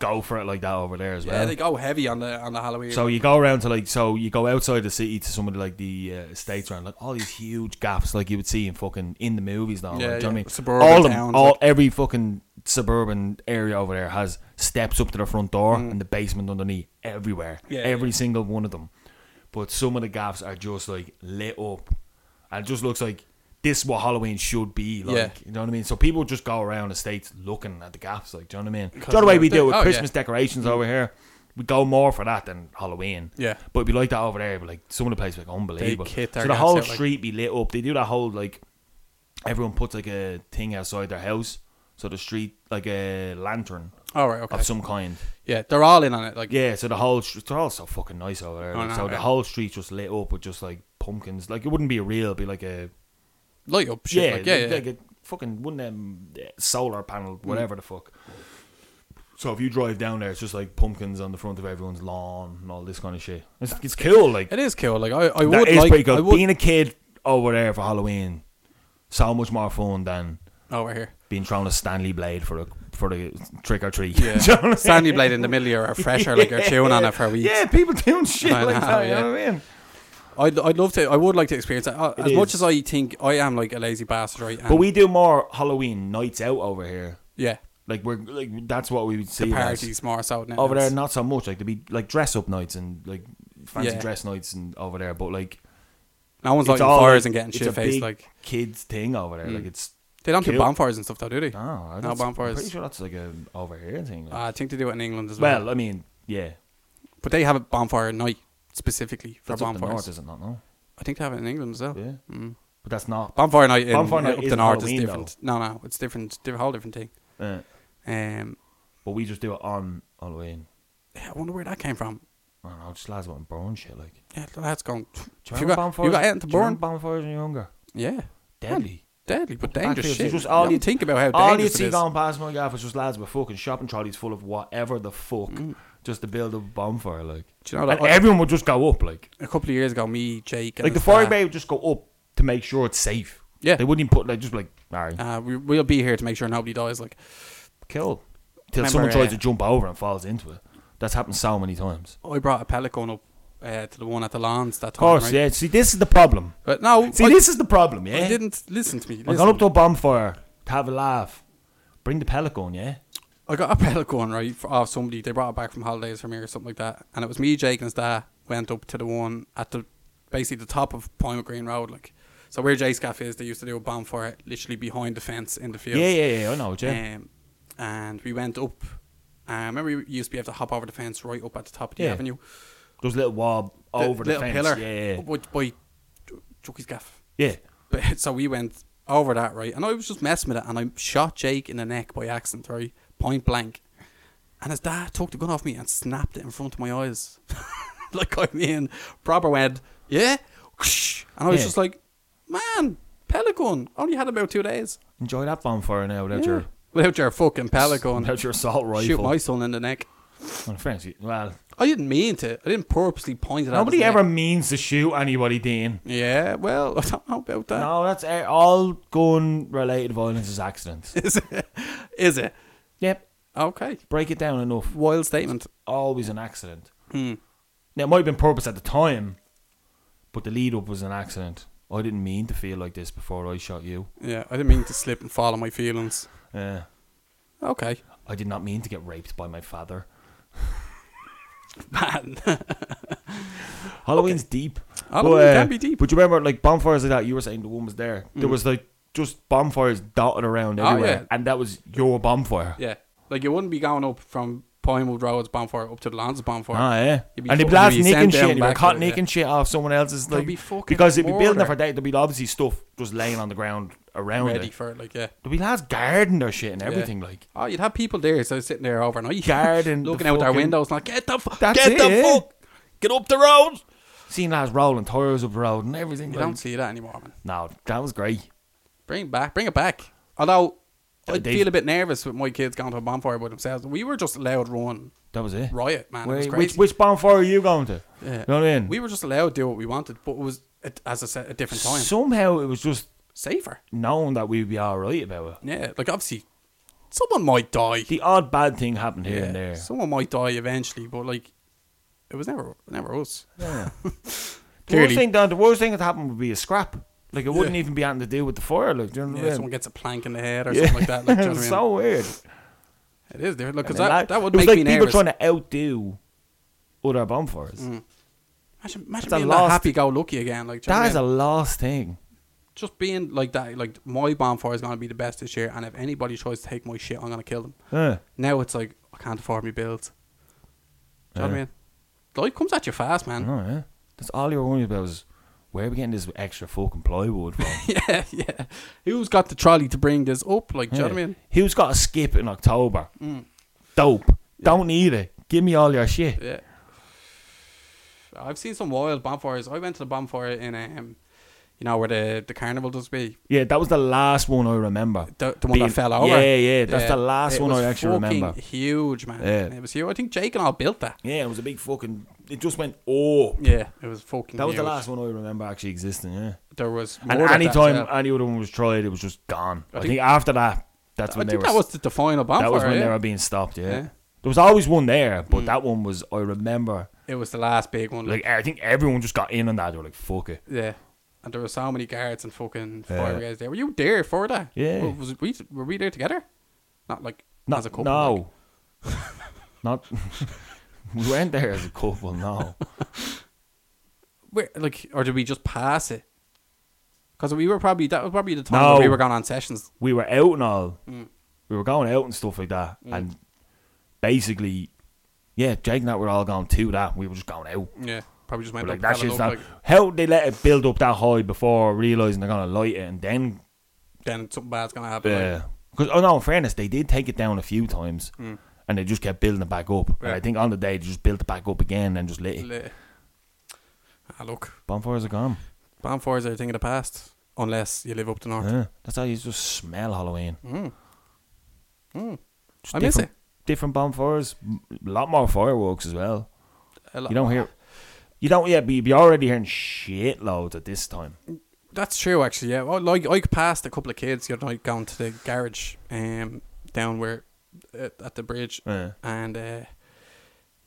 Speaker 1: go for it like that over there as
Speaker 2: Yeah,
Speaker 1: well.
Speaker 2: they go heavy on the on the Halloween.
Speaker 1: So you go around to like, so you go outside the city to some of the, like the uh, estates around, like all these huge gaps, like you would see in fucking in the movies now.
Speaker 2: Yeah,
Speaker 1: like, do you know
Speaker 2: yeah.
Speaker 1: what I mean?
Speaker 2: Suburban
Speaker 1: all of them,
Speaker 2: towns,
Speaker 1: all
Speaker 2: like-
Speaker 1: every fucking suburban area over there has steps up to the front door and the basement underneath everywhere.
Speaker 2: Mm. Yeah,
Speaker 1: every
Speaker 2: yeah.
Speaker 1: single one of them. But some of the gaps are just like lit up, and it just looks like this is what Halloween should be like.
Speaker 2: Yeah.
Speaker 1: You know what I mean? So people just go around the states looking at the gaps, like do you know what I mean? Do you
Speaker 2: Because
Speaker 1: know the way
Speaker 2: they're-
Speaker 1: we do it with
Speaker 2: oh, yeah.
Speaker 1: Christmas decorations over here? We go more for that than Halloween.
Speaker 2: Yeah.
Speaker 1: But it'd be like that over there, but like some of the places like unbelievable.
Speaker 2: kit
Speaker 1: so
Speaker 2: their
Speaker 1: the
Speaker 2: gaps
Speaker 1: whole
Speaker 2: out, like-
Speaker 1: street be lit up. They do that whole like everyone puts like a thing outside their house. So the street like a lantern
Speaker 2: all right, okay.
Speaker 1: of some kind.
Speaker 2: Yeah, they're all in on it. Like,
Speaker 1: Yeah, so the whole str- they're all so fucking nice over there.
Speaker 2: I
Speaker 1: like,
Speaker 2: know,
Speaker 1: so the
Speaker 2: yeah.
Speaker 1: whole street just lit up with just like pumpkins. Like it wouldn't be a real, it'd be like a
Speaker 2: light up shit. like, yeah,
Speaker 1: like,
Speaker 2: yeah.
Speaker 1: like a fucking one of them uh, solar panel, whatever the fuck. So if you drive down there, it's just like pumpkins on the front of everyone's lawn and all this kind of shit. It's, it's cool, like
Speaker 2: It is cool. Like, I, I
Speaker 1: that
Speaker 2: would
Speaker 1: is
Speaker 2: like.
Speaker 1: pretty
Speaker 2: I
Speaker 1: cool.
Speaker 2: would,
Speaker 1: Being a kid over there for Halloween, so much more fun than
Speaker 2: over Oh, here.
Speaker 1: being thrown a Stanley blade for a for the trick or treat.
Speaker 2: Yeah.
Speaker 1: Do you know what I mean?
Speaker 2: Sandy Blade in the middle of your are fresher, like you're chewing on it for weeks.
Speaker 1: Yeah, people doing shit
Speaker 2: I
Speaker 1: like
Speaker 2: know,
Speaker 1: that. You
Speaker 2: yeah.
Speaker 1: know what I mean?
Speaker 2: I'd, I'd love to. I would like to experience that. Uh,
Speaker 1: It
Speaker 2: As much
Speaker 1: is.
Speaker 2: as I think I am like a lazy bastard, right?
Speaker 1: But we do more Halloween nights out over here.
Speaker 2: yeah,
Speaker 1: Like we're like that's what we would see.
Speaker 2: the
Speaker 1: it as.
Speaker 2: parties more so now.
Speaker 1: over there,
Speaker 2: It's-
Speaker 1: not so much. Like to be like dress up nights and like fancy
Speaker 2: Yeah.
Speaker 1: dress nights and over there. But like
Speaker 2: No one's
Speaker 1: it's
Speaker 2: lighting
Speaker 1: all
Speaker 2: fires
Speaker 1: like,
Speaker 2: and getting
Speaker 1: it's a
Speaker 2: shit faced.
Speaker 1: big
Speaker 2: Like Mm.
Speaker 1: kids thing over there. Like it's
Speaker 2: they don't do
Speaker 1: Cool.
Speaker 2: bonfires and stuff, though, do they?
Speaker 1: no,
Speaker 2: No bonfires.
Speaker 1: Pretty sure that's like a over here thing. like.
Speaker 2: Uh, I think they do it in England as well.
Speaker 1: well, I mean, yeah,
Speaker 2: but they have a bonfire night specifically for
Speaker 1: that's up the north,
Speaker 2: bonfires.
Speaker 1: is it not? No,
Speaker 2: I think they have it in England as well.
Speaker 1: yeah,
Speaker 2: Mm.
Speaker 1: but that's not.
Speaker 2: Bonfire night in
Speaker 1: Bonfire night
Speaker 2: up the
Speaker 1: isn't
Speaker 2: north
Speaker 1: Halloween,
Speaker 2: is different. No, no, it's different. Different whole different thing.
Speaker 1: Uh,
Speaker 2: Um,
Speaker 1: but we just do it on Halloween.
Speaker 2: yeah, I wonder where that came from.
Speaker 1: I don't know, just lads want burn shit. Like,
Speaker 2: Yeah, that's gone.
Speaker 1: do
Speaker 2: If
Speaker 1: you,
Speaker 2: you
Speaker 1: remember
Speaker 2: got-
Speaker 1: bonfires?
Speaker 2: you got anything to
Speaker 1: Do you remember
Speaker 2: burn?
Speaker 1: bonfires when you were younger?
Speaker 2: Yeah,
Speaker 1: Deadly.
Speaker 2: deadly but
Speaker 1: Back
Speaker 2: dangerous
Speaker 1: fields,
Speaker 2: shit.
Speaker 1: it's just
Speaker 2: You
Speaker 1: all
Speaker 2: don't
Speaker 1: you-
Speaker 2: think about how
Speaker 1: All you
Speaker 2: Oh, dangerous it
Speaker 1: see
Speaker 2: is.
Speaker 1: going past my gaff was just lads with fucking shopping trolleys full of whatever the fuck,
Speaker 2: Mm.
Speaker 1: just to build a bonfire. Like,
Speaker 2: Do you know
Speaker 1: and
Speaker 2: that I-
Speaker 1: everyone would just go up. Like,
Speaker 2: a couple of years ago, me, Jake, and
Speaker 1: like the
Speaker 2: his
Speaker 1: fire
Speaker 2: dad-
Speaker 1: bay would just go up to make sure it's safe.
Speaker 2: Yeah.
Speaker 1: they wouldn't even put like just like all right,
Speaker 2: Uh, we, we'll be here to make sure nobody dies. Like,
Speaker 1: kill till
Speaker 2: remember,
Speaker 1: someone tries
Speaker 2: uh,
Speaker 1: to jump over and falls into it. That's happened so many times.
Speaker 2: I brought a pelican up uh, to the one at the lawns that
Speaker 1: Of
Speaker 2: time.
Speaker 1: course,
Speaker 2: right?
Speaker 1: yeah. See, this is the problem.
Speaker 2: But no,
Speaker 1: See,
Speaker 2: I,
Speaker 1: this is the problem. Yeah,
Speaker 2: I didn't listen to me.
Speaker 1: I'm
Speaker 2: Listen.
Speaker 1: going up to a bonfire to have a laugh. Bring the pelican, yeah.
Speaker 2: I got a pelican right for, off somebody. They brought it back from holidays from here or something like that. And it was me, Jake, and his dad went up to the one at the basically the top of Point Green Road, like. So where Jake's cafe is, they used to do a bonfire literally behind the fence in the field.
Speaker 1: Yeah, yeah, yeah. I know, it, yeah.
Speaker 2: Um, and we went up. Uh, I remember we used to be able to hop over the fence right up at the top of the
Speaker 1: Yeah.
Speaker 2: avenue.
Speaker 1: There's a little wall over the
Speaker 2: little
Speaker 1: fence.
Speaker 2: pillar.
Speaker 1: Yeah, yeah,
Speaker 2: By, by Ch- Chucky's gaff.
Speaker 1: yeah.
Speaker 2: But, so we went over that, right? And I was just messing with it, and I shot Jake in the neck by accident, right? Point blank. And his dad took the gun off me and snapped it in front of my eyes. like, I mean, proper went, yeah? Whoosh. And I was
Speaker 1: Yeah.
Speaker 2: just like, man, pelican. Only had about two days.
Speaker 1: Enjoy that bonfire now without
Speaker 2: Yeah.
Speaker 1: your
Speaker 2: Without your fucking pelican.
Speaker 1: without your assault rifle.
Speaker 2: Shoot my son in the neck.
Speaker 1: Well, friends, you- well,
Speaker 2: I didn't mean to. I didn't purposely point it out.
Speaker 1: nobody ever means to shoot anybody, Dean.
Speaker 2: Yeah, well, I don't know about that.
Speaker 1: No, that's uh, all gun related violence is accidents.
Speaker 2: Is it? Is it?
Speaker 1: yep,
Speaker 2: Okay.
Speaker 1: break it down enough.
Speaker 2: Wild statement.
Speaker 1: Always an accident.
Speaker 2: Hmm.
Speaker 1: Now it might have been purpose at the time, but the lead up was an accident. I didn't mean to feel like this before I shot you.
Speaker 2: Yeah, I didn't mean to slip and fall on my feelings.
Speaker 1: Uh,
Speaker 2: Okay.
Speaker 1: I did not mean to get raped by my father.
Speaker 2: Man.
Speaker 1: Halloween's deep.
Speaker 2: Halloween
Speaker 1: But, uh,
Speaker 2: can be deep. Mm.
Speaker 1: But you remember, like bonfires like that. You were saying the one was there. There was like just bonfires dotted around
Speaker 2: Oh,
Speaker 1: everywhere,
Speaker 2: yeah.
Speaker 1: and that was your bonfire.
Speaker 2: Yeah. Like, you wouldn't be going up from Pinewood Road's bonfire up to the Lands bonfire.
Speaker 1: Ah, yeah.
Speaker 2: You'd be
Speaker 1: And they'd be
Speaker 2: fucking
Speaker 1: lads
Speaker 2: be
Speaker 1: nicking
Speaker 2: sent
Speaker 1: shit.
Speaker 2: down
Speaker 1: They'd be
Speaker 2: back
Speaker 1: caught
Speaker 2: to it, yeah.
Speaker 1: nicking shit off someone else's.
Speaker 2: There'd
Speaker 1: Like,
Speaker 2: be fucking
Speaker 1: because they'd be building
Speaker 2: murder.
Speaker 1: up for that. There'd be obviously stuff just laying on the ground around
Speaker 2: Ready
Speaker 1: it.
Speaker 2: for it, like, yeah.
Speaker 1: There'd be lads guarding their shit and everything. Like,
Speaker 2: Oh, you'd have people there, so sitting there overnight.
Speaker 1: Guarding the
Speaker 2: Looking out their
Speaker 1: fucking-
Speaker 2: windows, like, get the fuck.
Speaker 1: That's
Speaker 2: Get
Speaker 1: it,
Speaker 2: the
Speaker 1: yeah.
Speaker 2: fuck. Get up the road.
Speaker 1: seeing lads rolling tires up the road and everything.
Speaker 2: You
Speaker 1: like-
Speaker 2: don't see that anymore, man.
Speaker 1: No, that was great.
Speaker 2: Bring back, bring it back.
Speaker 1: Uh,
Speaker 2: Although I would
Speaker 1: they-
Speaker 2: feel a bit nervous with my kids going to a bonfire by themselves. We were just allowed run
Speaker 1: That was it.
Speaker 2: riot, man. it was
Speaker 1: Where-
Speaker 2: crazy.
Speaker 1: which, which bonfire are you going to?
Speaker 2: Yeah.
Speaker 1: You know what I mean?
Speaker 2: we were just allowed to do what we wanted, but it was at- as I said, a different time,
Speaker 1: Somehow it was just
Speaker 2: safer.
Speaker 1: known that we'd be all right about it.
Speaker 2: Yeah, like obviously, someone might die.
Speaker 1: The odd bad thing happened here
Speaker 2: yeah,
Speaker 1: and there.
Speaker 2: someone might die eventually, but like, it was never, never us.
Speaker 1: Yeah. the worst
Speaker 2: Clearly.
Speaker 1: thing, done, the worst thing that happened would be a scrap. Like it wouldn't even be anything to do with the fire. Like, do you know what I
Speaker 2: Yeah,
Speaker 1: mean?
Speaker 2: someone gets a plank in the head or
Speaker 1: Yeah.
Speaker 2: something like that. Like, do you know what I mean?
Speaker 1: so weird.
Speaker 2: it is different. Look,
Speaker 1: And
Speaker 2: because
Speaker 1: then
Speaker 2: that,
Speaker 1: like-
Speaker 2: that would
Speaker 1: it was
Speaker 2: make
Speaker 1: like
Speaker 2: me
Speaker 1: people
Speaker 2: nervous. Mm,
Speaker 1: trying to outdo other bonfires.
Speaker 2: imagine imagine
Speaker 1: a
Speaker 2: being that
Speaker 1: lost-
Speaker 2: happy-go-lucky again. Like do you know
Speaker 1: That
Speaker 2: what I
Speaker 1: is
Speaker 2: mean?
Speaker 1: a lost thing.
Speaker 2: just being like that, like my bonfire is gonna be the best this year, and if anybody tries to take my shit, I'm gonna kill them.
Speaker 1: Huh.
Speaker 2: Now it's like I can't afford me bills. Do you know what I
Speaker 1: Yeah.
Speaker 2: mean? Life comes at you fast,
Speaker 1: I
Speaker 2: man.
Speaker 1: know, yeah. That's all you're worried about is where are we getting this extra fucking plywood from?
Speaker 2: yeah, yeah. Who's got the trolley to bring this up? Like, do you know what I Mm.
Speaker 1: Yeah.
Speaker 2: mean?
Speaker 1: Who's got a skip in October? Dope. Don't need it. Give me all your shit.
Speaker 2: Yeah. I've seen some wild bonfires. I went to the bonfire in um, you know where the the carnival does be.
Speaker 1: Yeah, that was the last one I remember.
Speaker 2: The, the one
Speaker 1: Being-
Speaker 2: that fell over.
Speaker 1: Yeah, yeah, that's the last
Speaker 2: It
Speaker 1: one I
Speaker 2: was
Speaker 1: actually
Speaker 2: fucking
Speaker 1: remember.
Speaker 2: Huge man.
Speaker 1: Yeah.
Speaker 2: It was huge. I think Jake and I built that.
Speaker 1: Yeah, it was a big fucking. It just went oh.
Speaker 2: Yeah, it was fucking.
Speaker 1: That was the
Speaker 2: huge.
Speaker 1: last one I remember actually existing. Yeah,
Speaker 2: There was
Speaker 1: and
Speaker 2: more than
Speaker 1: any
Speaker 2: that,
Speaker 1: time
Speaker 2: yeah.
Speaker 1: any other one was tried, it was just gone. I,
Speaker 2: I
Speaker 1: think,
Speaker 2: think-
Speaker 1: after that, that's
Speaker 2: I
Speaker 1: when
Speaker 2: think
Speaker 1: they were.
Speaker 2: that was the, the final bonfire.
Speaker 1: that was when
Speaker 2: yeah.
Speaker 1: they were being stopped. Yeah.
Speaker 2: Yeah. Mm.
Speaker 1: there was always one there, but that one was. I remember,
Speaker 2: It was the last big one.
Speaker 1: like I think everyone just got in on that. They were like, "Fuck it."
Speaker 2: yeah. And there were so many guards and fucking
Speaker 1: Yeah.
Speaker 2: fire guys there. Were you there for that?
Speaker 1: Yeah.
Speaker 2: Wa- Was, we, were we there together? Not like
Speaker 1: Not
Speaker 2: as a couple. like.
Speaker 1: No, not. we went there as a couple. No,
Speaker 2: Where, like, or did we just pass it? Because we were probably that was probably the time
Speaker 1: No.
Speaker 2: that we were going on sessions.
Speaker 1: we were out and all.
Speaker 2: Mm.
Speaker 1: We were going out and stuff like that,
Speaker 2: Mm.
Speaker 1: and basically, yeah, Jake and I were all going to that. We were just going out.
Speaker 2: Yeah, probably just
Speaker 1: We're
Speaker 2: went
Speaker 1: like
Speaker 2: like
Speaker 1: that shit's not. How they let it build up that high before realizing they're gonna light it, and then
Speaker 2: Then something bad's gonna happen.
Speaker 1: because oh no, in fairness, they did take it down a few times,
Speaker 2: Mm.
Speaker 1: and they just kept building it back up. And
Speaker 2: Yeah.
Speaker 1: I think on the day they just built it back up again and just lit
Speaker 2: Like,
Speaker 1: it.
Speaker 2: le- ah, look,
Speaker 1: Bonfires are gone.
Speaker 2: bonfires are a thing of the past, unless you live up to north.
Speaker 1: Yeah. That's how you just smell Halloween.
Speaker 2: Mm. Mm.
Speaker 1: Just
Speaker 2: I miss
Speaker 1: different- Different bonfires, a lot more fireworks as well.
Speaker 2: it. A lot-
Speaker 1: You don't hear. You don't. Yeah, but you'd be already hearing shit loads at this time.
Speaker 2: That's true, actually. Yeah, well, like I passed a couple of kids the other night going to the garage, um, down where at, at the bridge,
Speaker 1: Yeah.
Speaker 2: and uh,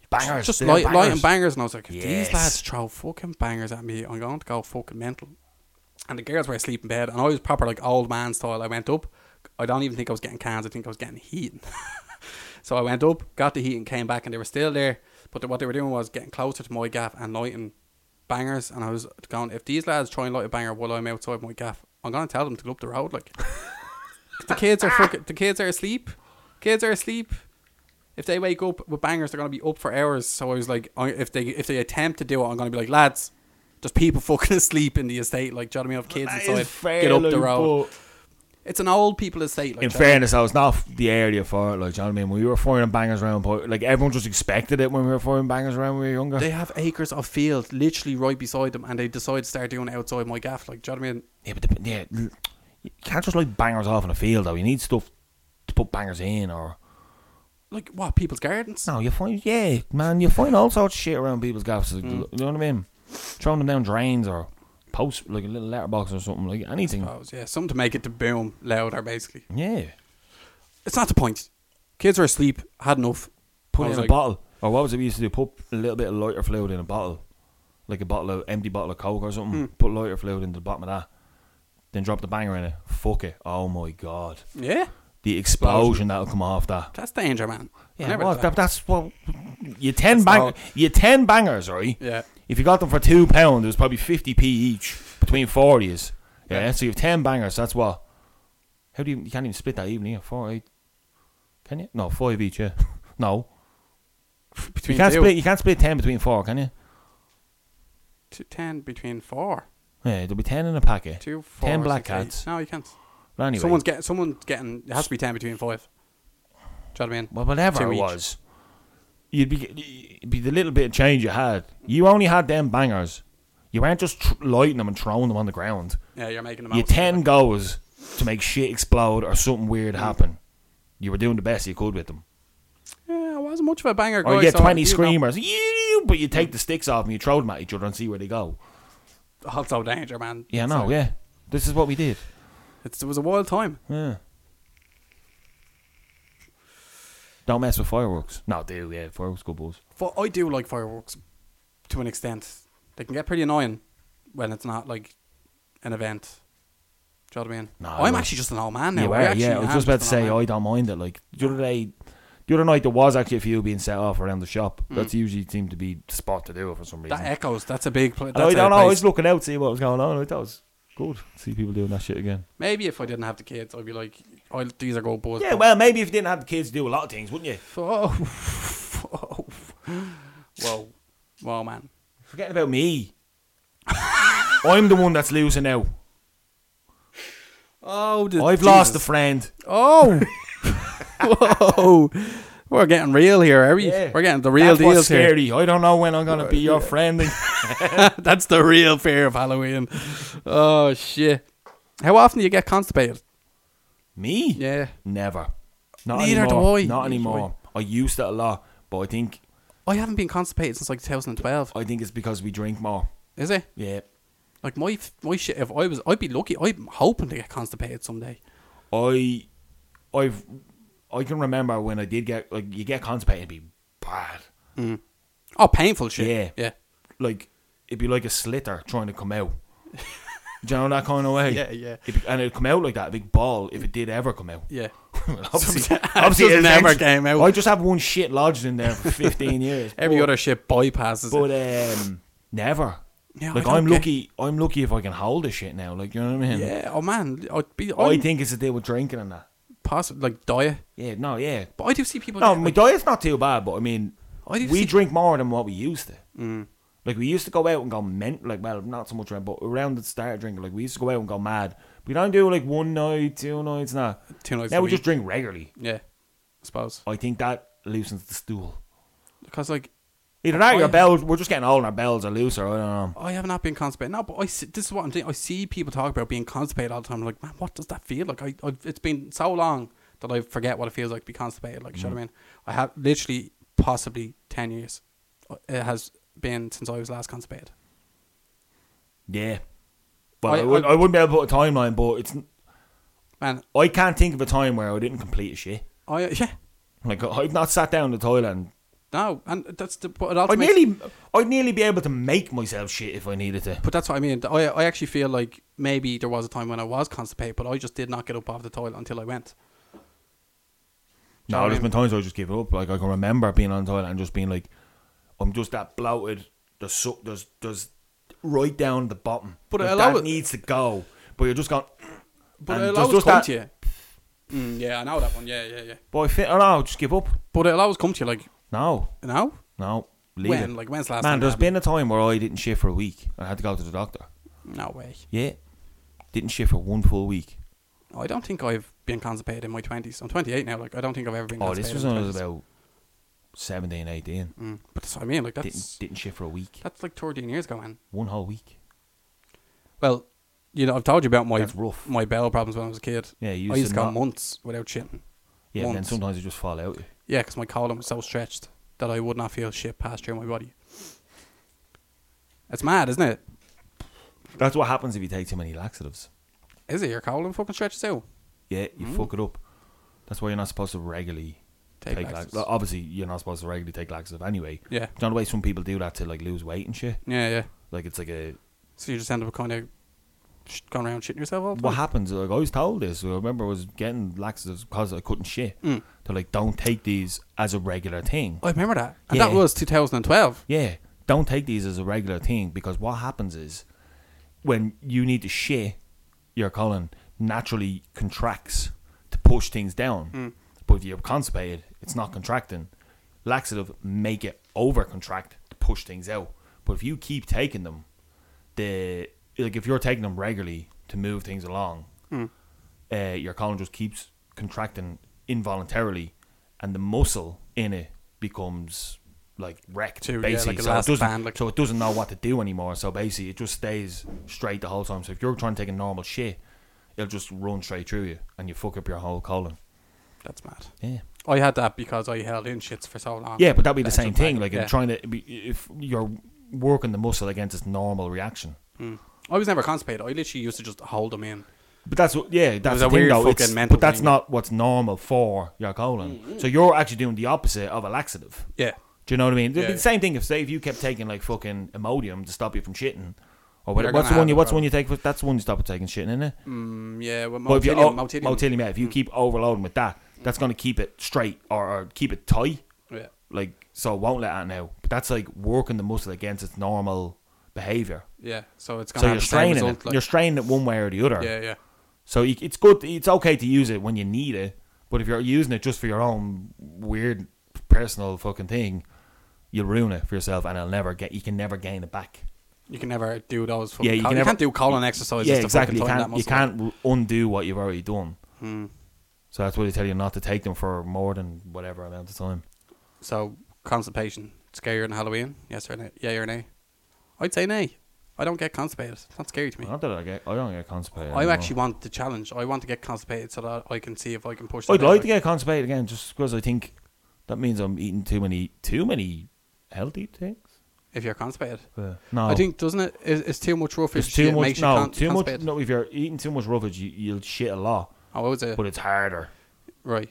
Speaker 1: Bangers.
Speaker 2: just
Speaker 1: they
Speaker 2: light,
Speaker 1: had
Speaker 2: lighting bangers, and I was like, if
Speaker 1: Yes.
Speaker 2: these lads throw fucking bangers at me, I'm going to go fucking mental. And the girls were asleep in bed, and I was proper like old man style. I went up. I don't even think I was getting cans. I think I was getting heat. so I went up, got the heat, and came back, and they were still there. But what they were doing was getting closer to my gaff and lighting bangers. And I was going, if these lads try and light a banger while I'm outside my gaff, I'm going to tell them to go up the road. Like the kids are fucking. The kids are asleep. Kids are asleep. If they wake up with bangers, they're gonna be up for hours. So I was like, I- if they if they attempt to do it, I'm gonna be like, lads, there's people fucking asleep in the estate. Like, do you know what I mean? Have kids
Speaker 1: That
Speaker 2: inside,
Speaker 1: is fair,
Speaker 2: get up the
Speaker 1: like,
Speaker 2: road.
Speaker 1: but-
Speaker 2: It's an old people estate. Like,
Speaker 1: in
Speaker 2: do you know what I mean?
Speaker 1: fairness, I was not f- the area for it. Like, do you know what I mean? We were firing bangers around, but like everyone just expected it when we were firing bangers around when we were younger.
Speaker 2: they have acres of field literally right beside them, and they decide to start doing it outside my gaff. Like, do you know what I mean?
Speaker 1: yeah, but the, yeah, l- you can't just like bangers off in a field though. You need stuff to put bangers in, or
Speaker 2: Like, what people's gardens?
Speaker 1: no, you find yeah, man, you find all sorts of shit around people's gaps. like, You know what I mean? Throwing them down drains or post like a little letterbox or something like anything.
Speaker 2: Oh, yeah, something to make it to boom louder, basically.
Speaker 1: Yeah,
Speaker 2: It's not the point. Kids are asleep, had enough.
Speaker 1: put it
Speaker 2: I
Speaker 1: in
Speaker 2: was
Speaker 1: a
Speaker 2: like-
Speaker 1: bottle, or what was it we used to do? Put a little bit of lighter fluid in a bottle, like a bottle of empty bottle of coke or something. Put lighter fluid into the bottom of that, then drop the banger in it. Fuck it! Oh my god,
Speaker 2: Yeah,
Speaker 1: the explosion
Speaker 2: Explosion.
Speaker 1: that'll come off that.
Speaker 2: that's danger, man. I
Speaker 1: Yeah,
Speaker 2: never
Speaker 1: well,
Speaker 2: did
Speaker 1: that- that's what you ten bang,
Speaker 2: not-
Speaker 1: you ten bangers, right?
Speaker 2: Yeah.
Speaker 1: If you got them for two pound, it was probably fifty p each between forties. Yeah,
Speaker 2: Yeah.
Speaker 1: so you have ten bangers. That's what. How do you? You can't even split that even. Yeah, four eight. Can you? No, five each. Yeah, no. You
Speaker 2: between
Speaker 1: can't
Speaker 2: two,
Speaker 1: split. You can't split ten between four, can you?
Speaker 2: two, ten between four,
Speaker 1: Yeah, there'll be ten in a packet.
Speaker 2: two, four,
Speaker 1: Ten
Speaker 2: six,
Speaker 1: black
Speaker 2: eight.
Speaker 1: hats.
Speaker 2: No, you can't.
Speaker 1: But anyway,
Speaker 2: Someone's getting. Someone's getting. It has to be ten between five. Do you know what I mean?
Speaker 1: well, whatever
Speaker 2: two
Speaker 1: it
Speaker 2: each.
Speaker 1: was, you'd be it'd be the little bit of change you had. You only had them bangers. You weren't just tr- lighting them and throwing them on the ground.
Speaker 2: Yeah, you're making them.
Speaker 1: You
Speaker 2: out.
Speaker 1: ten goes to make shit explode or something weird
Speaker 2: Mm.
Speaker 1: happen. You were doing the best you could with them.
Speaker 2: Yeah, I wasn't much of a banger guy.
Speaker 1: Or you get
Speaker 2: so
Speaker 1: twenty
Speaker 2: you know.
Speaker 1: screamers, "Yeah," but you
Speaker 2: Mm.
Speaker 1: take the sticks off and you throw them at each other and see where they go.
Speaker 2: Also danger, man.
Speaker 1: Yeah, no,
Speaker 2: So,
Speaker 1: yeah. This is what we did.
Speaker 2: It's, it was a wild time.
Speaker 1: Yeah. Don't mess with fireworks. No, do yeah, fireworks go balls.
Speaker 2: But I do like fireworks, to an extent. They can get pretty annoying when it's not like an event. Do you know what I mean?
Speaker 1: No,
Speaker 2: I'm
Speaker 1: I-
Speaker 2: actually just an old man now.
Speaker 1: Yeah,
Speaker 2: I
Speaker 1: well,
Speaker 2: Oh, actually
Speaker 1: yeah. I was
Speaker 2: am
Speaker 1: just about to
Speaker 2: an
Speaker 1: say
Speaker 2: old
Speaker 1: I don't mind it. Like the other day, the other night there was actually a few being set off around the shop. That's usually seemed to be the spot to do it for some
Speaker 2: man.
Speaker 1: reason.
Speaker 2: Mm. that echoes. That's a big. Pl-
Speaker 1: oh, And I
Speaker 2: that's a
Speaker 1: don't know. I
Speaker 2: place.
Speaker 1: was looking out, seeing what was going on. I thought it was good. See people doing that shit again.
Speaker 2: Maybe if I didn't have the kids, I'd be like, oh, these are gold balls.
Speaker 1: Yeah, well, maybe if you didn't have the kids, do a lot of things, wouldn't you?
Speaker 2: Oh, whoa, whoa, whoa, man!
Speaker 1: Forgetting about me. I'm the one that's losing out.
Speaker 2: Oh,
Speaker 1: Oh, I've lost a friend.
Speaker 2: oh, whoa! We're getting real here, are we?
Speaker 1: Yeah.
Speaker 2: We're getting the real
Speaker 1: That's
Speaker 2: deal
Speaker 1: what's
Speaker 2: here.
Speaker 1: scary. I don't know when I'm gonna be your friend.
Speaker 2: That's the real fear of Halloween. Oh shit! How often do you get constipated?
Speaker 1: Me?
Speaker 2: Yeah.
Speaker 1: Never. Not
Speaker 2: Neither do
Speaker 1: anymore.
Speaker 2: I.
Speaker 1: Not
Speaker 2: Neither do I.
Speaker 1: anymore. I used it a lot, but I think
Speaker 2: I haven't been constipated since like 2012.
Speaker 1: I think it's because we drink more.
Speaker 2: Is it?
Speaker 1: Yeah.
Speaker 2: Like my f- my shit. If I was, I'd be lucky. I'm hoping to get constipated someday.
Speaker 1: I I've I can remember when I did get like you get constipated it'd be bad.
Speaker 2: Oh, painful shit.
Speaker 1: Yeah.
Speaker 2: Yeah.
Speaker 1: Like it'd be like a slitter trying to come out. Do you know that kind of way?
Speaker 2: Yeah, yeah.
Speaker 1: It'd be- and it'd come out like that, a big ball, if it did ever come out.
Speaker 2: Yeah.
Speaker 1: obviously,
Speaker 2: It
Speaker 1: obviously
Speaker 2: just
Speaker 1: it
Speaker 2: never
Speaker 1: eventually-
Speaker 2: came out.
Speaker 1: I just have one shit lodged in there for 15 years.
Speaker 2: Every
Speaker 1: but-
Speaker 2: other shit bypasses it.
Speaker 1: But um, never.
Speaker 2: Yeah, I
Speaker 1: like
Speaker 2: don't
Speaker 1: I'm
Speaker 2: get-
Speaker 1: lucky. I'm lucky if I can hold a shit now. Like you know what I mean?
Speaker 2: Yeah. Oh man, I'd be.
Speaker 1: I
Speaker 2: I'd
Speaker 1: think it's a deal with drinking and that.
Speaker 2: possibly like diet.
Speaker 1: Yeah. No. Yeah.
Speaker 2: But I do see people.
Speaker 1: No,
Speaker 2: get,
Speaker 1: my
Speaker 2: like,
Speaker 1: diet's not too bad, but I mean,
Speaker 2: I Mm. did
Speaker 1: we
Speaker 2: see-
Speaker 1: drink more than what we used to. Like we used to go out and go ment like well, not so much around, but around the start of drinking, like we used to go out and go mad. We don't do like one night, two nights, nah.
Speaker 2: Two nights
Speaker 1: Now
Speaker 2: a
Speaker 1: we just
Speaker 2: week.
Speaker 1: drink regularly.
Speaker 2: yeah. I suppose
Speaker 1: I think that loosens the stool.
Speaker 2: because like
Speaker 1: Either that, or
Speaker 2: Oh,
Speaker 1: your
Speaker 2: yeah.
Speaker 1: bells. We're just getting old, and our bells are looser. I don't know.
Speaker 2: I have not been constipated. No, but I see, this is what I'm saying. I see people talk about being constipated all the time. I'm like, man, what does that feel like? I, I it's been so long that I forget what it feels like to be constipated. Like,
Speaker 1: Mm.
Speaker 2: shut I mean, I have literally possibly ten years. uh, It has been since I was last constipated.
Speaker 1: Yeah. But I,
Speaker 2: I-
Speaker 1: would,
Speaker 2: I-
Speaker 1: I, wouldn't be able to put a timeline, but it's n-
Speaker 2: Man,
Speaker 1: I can't think of a time where I didn't complete a shit.
Speaker 2: I yeah,
Speaker 1: Like I- I've not sat down in the toilet. And
Speaker 2: no, and that's the but it also
Speaker 1: I
Speaker 2: makes-
Speaker 1: nearly, I'd nearly be able to make myself shit if I needed to.
Speaker 2: But that's what I mean. I I actually feel like maybe there was a time when I was constipated, but I just did not get up off the toilet until I went.
Speaker 1: No, there's been times I just give up. Like I can remember being on the toilet and just being like, I'm just that bloated. There's so, there's there's right down the bottom.
Speaker 2: But
Speaker 1: Like,
Speaker 2: I allow
Speaker 1: that
Speaker 2: it-
Speaker 1: needs to go. But you're just going.
Speaker 2: But
Speaker 1: and
Speaker 2: it'll
Speaker 1: there's
Speaker 2: always
Speaker 1: just
Speaker 2: come
Speaker 1: that-
Speaker 2: to you. Mm, yeah, I know that one. Yeah, yeah, yeah.
Speaker 1: But I fit. Oh no, just give up.
Speaker 2: But it'll always come to you like
Speaker 1: No,
Speaker 2: now.
Speaker 1: no, leave
Speaker 2: When?
Speaker 1: it.
Speaker 2: Like when's the last
Speaker 1: Man,
Speaker 2: time?
Speaker 1: there's
Speaker 2: that
Speaker 1: been a time where I didn't shit for a week. I had to go to the doctor.
Speaker 2: happened? no way.
Speaker 1: Yeah, didn't shit for one full week.
Speaker 2: I don't think I've been constipated in my twenties. I'm 28 now. Like I don't think I've ever been.
Speaker 1: Oh,
Speaker 2: constipated
Speaker 1: this was
Speaker 2: in
Speaker 1: when
Speaker 2: my
Speaker 1: I was
Speaker 2: 20s.
Speaker 1: about 17, 18.
Speaker 2: Mm, but that's what I mean. Like
Speaker 1: Didn't
Speaker 2: that's
Speaker 1: didn't shit for a week.
Speaker 2: that's like 13 years ago, man.
Speaker 1: One whole week.
Speaker 2: Well, you know I've told you about my
Speaker 1: That's rough.
Speaker 2: my bowel problems when I was a kid.
Speaker 1: Yeah, you
Speaker 2: I
Speaker 1: used
Speaker 2: used to
Speaker 1: to
Speaker 2: go
Speaker 1: not-
Speaker 2: months without shitting.
Speaker 1: Yeah, and then
Speaker 2: Months.
Speaker 1: sometimes it just fall out.
Speaker 2: Yeah, because my colon was so stretched that I would not feel shit pass through my body. It's mad, isn't it?
Speaker 1: That's what happens if you take too many laxatives.
Speaker 2: Is it your colon fucking stretches out?
Speaker 1: Yeah, you
Speaker 2: Mm.
Speaker 1: fuck it up. That's why you're not supposed to regularly take,
Speaker 2: Take
Speaker 1: laxatives.
Speaker 2: laxatives.
Speaker 1: Like, obviously, you're not supposed to regularly take laxatives anyway.
Speaker 2: Yeah.
Speaker 1: It's not the way some people do that to like lose weight and shit.
Speaker 2: Yeah, yeah.
Speaker 1: Like it's like a
Speaker 2: So you just end up kind of sh- going around shitting yourself all the
Speaker 1: what
Speaker 2: time.
Speaker 1: happens. Like I was told this. I remember I was getting laxatives because I couldn't shit. They're like, don't take these as a regular thing.
Speaker 2: I remember that, and that
Speaker 1: Yeah.
Speaker 2: was 2012.
Speaker 1: Yeah, don't take these as a regular thing because what happens is when you need to shit, your colon naturally contracts to push things down.
Speaker 2: Mm.
Speaker 1: But if you're constipated, it's not contracting. Laxative make it over contract to push things out. But if you keep taking them, the like if you're taking them regularly to move things along,
Speaker 2: Mm.
Speaker 1: uh, your colon just keeps contracting involuntarily, and the muscle in it becomes like wrecked.
Speaker 2: Too- yeah, like
Speaker 1: basically,
Speaker 2: a
Speaker 1: so, it
Speaker 2: elastic
Speaker 1: doesn't,
Speaker 2: band, like-
Speaker 1: so it doesn't know what to do anymore. So basically, it just stays straight the whole time. So if you're trying to take a normal shit, it'll just run straight through you, and you fuck up your whole colon.
Speaker 2: That's mad.
Speaker 1: Yeah.
Speaker 2: I had that because I held in shits for so long.
Speaker 1: Yeah, but that'd be the
Speaker 2: That's
Speaker 1: same
Speaker 2: just mad.
Speaker 1: thing. Like
Speaker 2: Yeah.
Speaker 1: in trying to, be- if you're working the muscle against its normal reaction.
Speaker 2: Mm. I was never constipated. I literally used to just hold them in.
Speaker 1: But that's what, yeah, that's
Speaker 2: was
Speaker 1: the
Speaker 2: a
Speaker 1: thing
Speaker 2: weird
Speaker 1: though.
Speaker 2: fucking
Speaker 1: it's-
Speaker 2: mental
Speaker 1: but that's
Speaker 2: thing. Mm-hmm.
Speaker 1: not what's normal for your colon. So you're actually doing the opposite of a laxative.
Speaker 2: Yeah.
Speaker 1: Do you know what I mean? It'd
Speaker 2: Yeah,
Speaker 1: be
Speaker 2: yeah.
Speaker 1: the same thing if say if you kept taking like fucking Imodium to stop you from shitting, or whatever.
Speaker 2: You're
Speaker 1: What's
Speaker 2: gonna
Speaker 1: the one
Speaker 2: have
Speaker 1: you?
Speaker 2: it,
Speaker 1: What's the
Speaker 2: bro.
Speaker 1: one you take? for- That's the one you stop taking shitting, isn't it?
Speaker 2: Mm, yeah. Well,
Speaker 1: But if you oh,
Speaker 2: motilium, motilium.
Speaker 1: motilium, yeah, if
Speaker 2: Hmm.
Speaker 1: you keep overloading with that, that's going to keep it straight or, or keep it tight,
Speaker 2: Yeah.
Speaker 1: like so it won't let that now. But that's like working the muscle against its normal behavior.
Speaker 2: Yeah. So it's gonna
Speaker 1: So
Speaker 2: have
Speaker 1: you're
Speaker 2: the same
Speaker 1: straining
Speaker 2: result.
Speaker 1: it.
Speaker 2: Like,
Speaker 1: you're straining it one way or the other.
Speaker 2: yeah, yeah.
Speaker 1: So you, it's good. It's okay to use it when you need it, but if you're using it just for your own weird personal fucking thing, you'll ruin it for yourself, and it'll never get. You can never gain it back.
Speaker 2: You can never do those. Fucking
Speaker 1: Yeah,
Speaker 2: yeah,
Speaker 1: you
Speaker 2: you,
Speaker 1: can never-
Speaker 2: not do colon exercises.
Speaker 1: yeah,
Speaker 2: to
Speaker 1: exactly.
Speaker 2: fucking
Speaker 1: You
Speaker 2: tone that
Speaker 1: can't. You
Speaker 2: muscle. Hmm.
Speaker 1: can't r- undo what you've already done. So that's why they tell you not to take them for more than whatever amount of time.
Speaker 2: So constipation, scarier than Halloween? Yes or no? Yeah or nay? I'd say nay. I don't get constipated. It's not scary to me.
Speaker 1: Not that I get, I don't get constipated.
Speaker 2: I
Speaker 1: anymore.
Speaker 2: actually want the challenge. I want to get constipated so that I can see if I can push.
Speaker 1: I'd
Speaker 2: that
Speaker 1: like
Speaker 2: out.
Speaker 1: to get constipated again, just because I think that means I'm eating too many, too many healthy things.
Speaker 2: if you're constipated.
Speaker 1: But no,
Speaker 2: I think doesn't it? Is, it's too much roughage.
Speaker 1: it's too
Speaker 2: it
Speaker 1: much.
Speaker 2: makes
Speaker 1: No,
Speaker 2: you con-
Speaker 1: too much.
Speaker 2: constipated.
Speaker 1: No, if you're eating too much roughage, you, you'll shit a lot,
Speaker 2: Oh, is it?
Speaker 1: but it's harder.
Speaker 2: Right.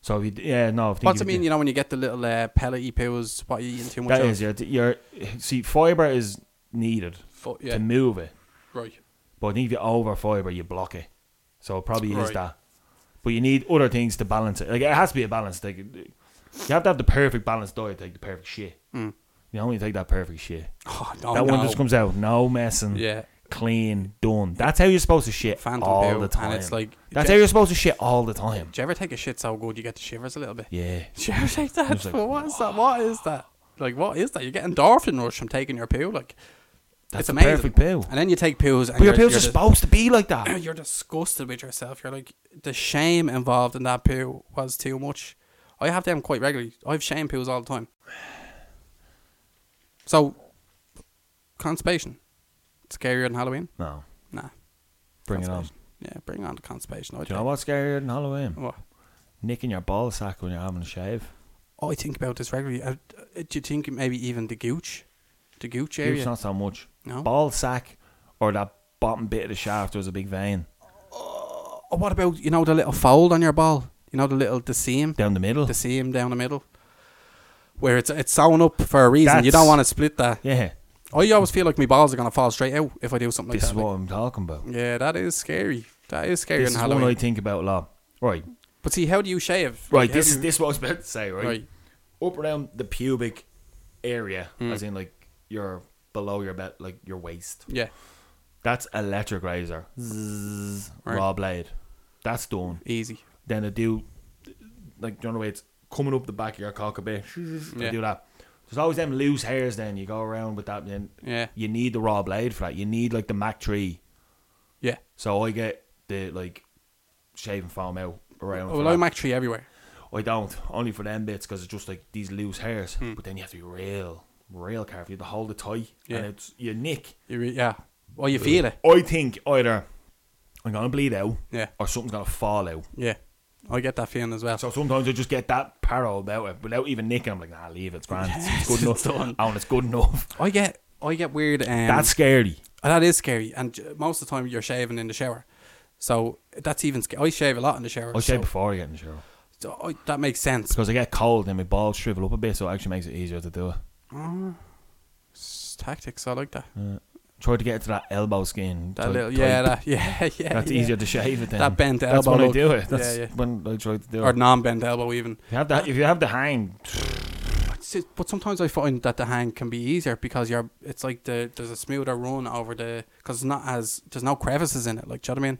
Speaker 1: So if you, yeah, no. I think
Speaker 2: What's
Speaker 1: if
Speaker 2: it mean? You know when you get the little uh, pellet pills, what you eating too much
Speaker 1: That
Speaker 2: of?
Speaker 1: is, you're, you're see, fiber is needed
Speaker 2: Fu-
Speaker 1: to
Speaker 2: yeah.
Speaker 1: move it,
Speaker 2: Right.
Speaker 1: but I think if you over fiber, you block it. So it probably is
Speaker 2: Right.
Speaker 1: that, but you need other things to balance it. Like it has to be a balance. Like you have to have the perfect balanced diet, to take the perfect shit.
Speaker 2: Mm.
Speaker 1: You only take that perfect shit.
Speaker 2: Oh, no,
Speaker 1: that
Speaker 2: no.
Speaker 1: one just comes out, no messing,
Speaker 2: Yeah.
Speaker 1: clean, done. That's how you're supposed to shit
Speaker 2: Phantom
Speaker 1: all
Speaker 2: pill,
Speaker 1: the time.
Speaker 2: and it's like
Speaker 1: That's
Speaker 2: do
Speaker 1: how
Speaker 2: you,
Speaker 1: you're supposed to shit all the time.
Speaker 2: do you ever take a shit so good you get the shivers a little bit?
Speaker 1: Yeah.
Speaker 2: Do you ever take that?
Speaker 1: It's like,
Speaker 2: what is that? What is that? Like what is that? You get endorphin rush from taking your pill. Like
Speaker 1: That's
Speaker 2: it's
Speaker 1: the
Speaker 2: amazing.
Speaker 1: perfect pill.
Speaker 2: And then you take pills, and
Speaker 1: But your
Speaker 2: you're,
Speaker 1: pills
Speaker 2: you're
Speaker 1: are supposed to be like that.
Speaker 2: you're disgusted with yourself. You're like the shame involved in that pill was too much. I have them quite regularly. I have shame pills all the time. So constipation. Scarier than Halloween?
Speaker 1: No,
Speaker 2: Nah.
Speaker 1: bring it on. Do
Speaker 2: constipation. Yeah, bring on the constipation. I
Speaker 1: you know what's scarier than Halloween?
Speaker 2: What?
Speaker 1: Nicking your ball sack when you're having a shave.
Speaker 2: I think about this regularly. Uh, uh, do you think maybe even the gooch? The gooch area?
Speaker 1: It's not so much.
Speaker 2: No.
Speaker 1: Ball sack or that bottom bit of the shaft was a big vein
Speaker 2: Oh, what about you know the little fold on your ball? You know the little the seam,
Speaker 1: down the middle.
Speaker 2: the seam down the middle, where it's it's sewn up for a reason. you don't
Speaker 1: That's-
Speaker 2: want to split that.
Speaker 1: yeah,
Speaker 2: I always feel like my balls are gonna fall straight out if I do something
Speaker 1: this is
Speaker 2: like that.
Speaker 1: what
Speaker 2: Like,
Speaker 1: I'm talking about.
Speaker 2: yeah, that is scary. That is scary
Speaker 1: This
Speaker 2: in
Speaker 1: is what I
Speaker 2: Halloween.
Speaker 1: think about a lot. Right,
Speaker 2: But see, how do you shave?
Speaker 1: right.
Speaker 2: Like, how
Speaker 1: This
Speaker 2: do
Speaker 1: is
Speaker 2: you-
Speaker 1: this is what I was about to say.
Speaker 2: Right.
Speaker 1: up around the pubic area,
Speaker 2: Mm.
Speaker 1: as in like your below your belt, like your waist.
Speaker 2: Yeah.
Speaker 1: That's electric razor, Zzz,
Speaker 2: Right.
Speaker 1: raw blade. That's done.
Speaker 2: Easy.
Speaker 1: Then I do like you know the way it's coming up the back of your cock a bit.
Speaker 2: Yeah.
Speaker 1: I do that. There's always them loose hairs. Then you go around with that. Then
Speaker 2: Yeah.
Speaker 1: you need the raw blade for that. You need like the Mac tree.
Speaker 2: Yeah.
Speaker 1: So I get the like shaving foam out around. for
Speaker 2: Well,
Speaker 1: that.
Speaker 2: I mac tree everywhere.
Speaker 1: I don't. Only for them bits because it's just like these loose hairs.
Speaker 2: Hmm.
Speaker 1: But then you have to be real, real careful. You have to hold it tight,
Speaker 2: Yeah.
Speaker 1: and it's your nick.
Speaker 2: You re- yeah. Oh, you feel it.
Speaker 1: I think either I'm gonna bleed out,
Speaker 2: Yeah.
Speaker 1: or something's gonna fall out.
Speaker 2: Yeah. I get that feeling as well.
Speaker 1: So sometimes I just get that parallel out it without even nicking. I'm like, nah, leave it. It's grand. It's- It's good
Speaker 2: Yes,
Speaker 1: enough.
Speaker 2: it's done.
Speaker 1: Oh, and it's good enough.
Speaker 2: I get I get weird. Um,
Speaker 1: That's scary.
Speaker 2: And that is scary. And j- most of the time, you're shaving in the shower. So that's even scary. I shave a lot in the shower.
Speaker 1: I shave
Speaker 2: so,
Speaker 1: before I get in the shower
Speaker 2: so I, that makes sense.
Speaker 1: because I get cold and my balls shrivel up a bit, so it actually makes it easier to do it.
Speaker 2: It's tactics, I like that.
Speaker 1: Try to get to that elbow skin.
Speaker 2: That
Speaker 1: type-
Speaker 2: little,
Speaker 1: type.
Speaker 2: yeah, that, yeah, yeah.
Speaker 1: That's
Speaker 2: yeah.
Speaker 1: easier to shave it then.
Speaker 2: That bent
Speaker 1: That's
Speaker 2: elbow
Speaker 1: when I
Speaker 2: look.
Speaker 1: do it. That's
Speaker 2: Yeah, yeah.
Speaker 1: when I try to do
Speaker 2: Or
Speaker 1: it.
Speaker 2: non-bend elbow even.
Speaker 1: If you have the, if you have the hang,
Speaker 2: It's just- But sometimes I find that the hang can be easier because you're. It's like the there's a smoother run over the because it's not as there's no crevices in it. Like do you know what I mean?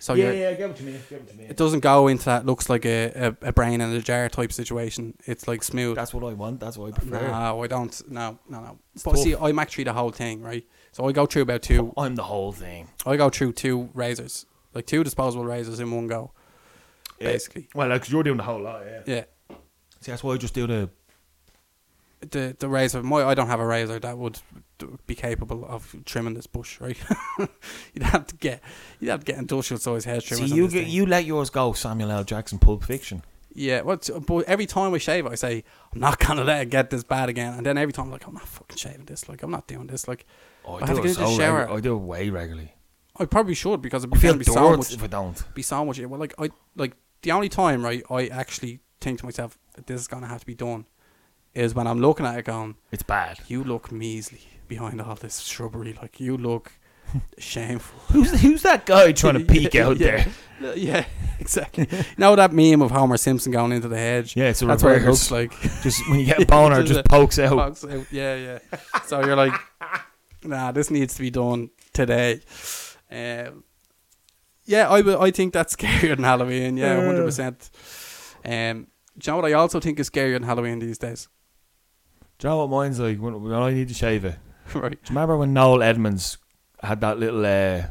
Speaker 2: So you're,
Speaker 1: give it to me. Give it to me.
Speaker 2: Oh, it doesn't go into that looks like a, a, a brain in a jar type situation. It's like smooth.
Speaker 1: That's what I want. That's what I prefer.
Speaker 2: No, I don't. No, no, no. but
Speaker 1: tough.
Speaker 2: see, I mac tree the whole thing, right? So I go through about two.
Speaker 1: I'm the whole thing.
Speaker 2: I go through two razors, like two disposable razors in one go,
Speaker 1: Yeah.
Speaker 2: basically.
Speaker 1: Well, because you're doing the whole lot, yeah.
Speaker 2: Yeah.
Speaker 1: See, that's why I just do the.
Speaker 2: The the razor. My I don't have a razor that would d- be capable of trimming this bush, right? you'd have to get you'd have to get industrial size hair
Speaker 1: See,
Speaker 2: trimmers. on
Speaker 1: you
Speaker 2: this
Speaker 1: get,
Speaker 2: thing.
Speaker 1: you let yours go, Samuel L. Jackson, Pulp Fiction.
Speaker 2: Yeah, what? But every time I shave, I say I'm not gonna let it get this bad again. And then every time, I'm like I'm not fucking shaving this. Like I'm not doing this. Like
Speaker 1: Oh,
Speaker 2: I have to get into the shower.
Speaker 1: I do it way regularly.
Speaker 2: I probably should because it'd
Speaker 1: I
Speaker 2: be,
Speaker 1: feel
Speaker 2: gonna be so
Speaker 1: dorks
Speaker 2: much
Speaker 1: if I don't.
Speaker 2: be so much. Well, like I like the only time right I actually think to myself this is gonna have to be done is when I'm looking at it going,
Speaker 1: It's bad.
Speaker 2: you look measly behind all this shrubbery. Like you look shameful.
Speaker 1: Who's who's that guy trying to peek
Speaker 2: Yeah,
Speaker 1: out
Speaker 2: yeah.
Speaker 1: there?
Speaker 2: No, Yeah, exactly. you know that meme of Homer Simpson going into the hedge.
Speaker 1: Yeah, it's a
Speaker 2: that's what it
Speaker 1: reverse.
Speaker 2: looks like.
Speaker 1: Just when you get a boner, it
Speaker 2: Just
Speaker 1: just
Speaker 2: a-
Speaker 1: pokes out.
Speaker 2: Box out. oh, Yeah, yeah. So you're like, nah, this needs to be done today. Um, yeah, I would- I think that's scarier than Halloween. Yeah, hundred percent. Um, do you know what I also think is scarier than Halloween these days?
Speaker 1: Do you know what mine's like when, when I need to shave it?
Speaker 2: right.
Speaker 1: Do you remember when Noel Edmonds had that little uh,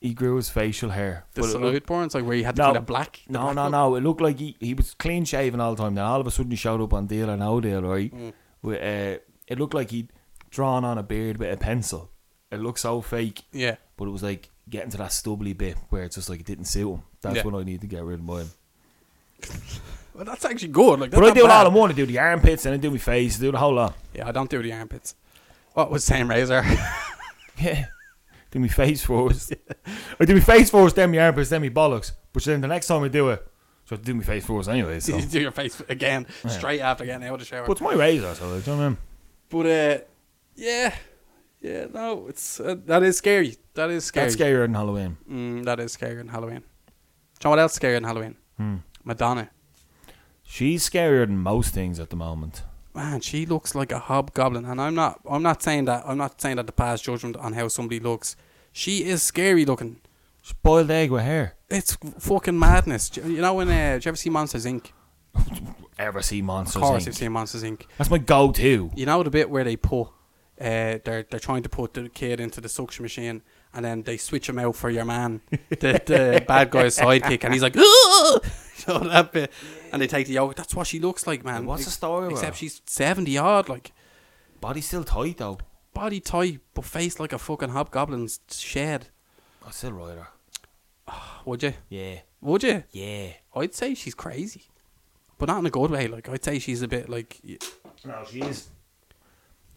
Speaker 1: he grew his facial hair.
Speaker 2: The
Speaker 1: but it looked-
Speaker 2: sideburns, like where you had to
Speaker 1: uh, No.
Speaker 2: no, of black. the
Speaker 1: no,
Speaker 2: black
Speaker 1: no,
Speaker 2: one?
Speaker 1: no. It looked like he, he was clean shaven all the time. Then all of a sudden he showed up on Deal or No Deal, right?
Speaker 2: Mm.
Speaker 1: With, uh, it looked like he'd drawn on a beard with a pencil. It looked so fake,
Speaker 2: Yeah.
Speaker 1: but it was like getting to that stubbly bit where it's just like it didn't suit him. That's
Speaker 2: Yeah.
Speaker 1: when I need to get rid of mine.
Speaker 2: Well, that's actually good. Like, that's
Speaker 1: But I
Speaker 2: not
Speaker 1: do it
Speaker 2: bad.
Speaker 1: all in one. I do the armpits and I do my face, I do the whole lot.
Speaker 2: Yeah, I don't do the armpits. What was Sam Razor?
Speaker 1: Yeah. Do me face first. I do me face first, then me armpits, then me bollocks. But then the next time I do it, so I do me face first anyway. So.
Speaker 2: you do your face again, straight after getting out of the shower.
Speaker 1: but it's my razor, so like, do you know what I mean?
Speaker 2: But uh, yeah, yeah, no, it's uh, that is scary. That is scary.
Speaker 1: That's scarier than Halloween.
Speaker 2: Mm, that is scary in Halloween. Do you know what else is scary in Halloween?
Speaker 1: Hmm.
Speaker 2: Madonna.
Speaker 1: She's scarier than most things at the moment.
Speaker 2: Man, she looks like a hobgoblin, and I'm not. I'm not saying that. I'm not saying that to pass judgment on how somebody looks. She is scary looking.
Speaker 1: She's boiled egg with hair.
Speaker 2: It's fucking madness. Do You you know when uh, do you ever see Monsters Inc?
Speaker 1: Ever see
Speaker 2: Of
Speaker 1: Monsters
Speaker 2: course,
Speaker 1: Inc?
Speaker 2: you've seen Monsters Inc.
Speaker 1: That's my go-to.
Speaker 2: You know the bit where they put, uh, they're they're trying to put the kid into the suction machine, and then they switch him out for your man, the, the bad guy's sidekick, and he's like, "Ugh!" you know that bit, and they take the yogurt. That's what she looks like, man.
Speaker 1: And what's
Speaker 2: Ex-
Speaker 1: the story with
Speaker 2: Except
Speaker 1: her?
Speaker 2: she's seventy odd, like
Speaker 1: Body's still tight though.
Speaker 2: body tight, but face like a fucking hobgoblin's shed.
Speaker 1: I still ride her.
Speaker 2: Would you?
Speaker 1: Yeah,
Speaker 2: Would you?
Speaker 1: yeah.
Speaker 2: I'd say she's crazy, but not in a good way. Like I'd say she's a bit like, y-
Speaker 1: No, she is. Oh,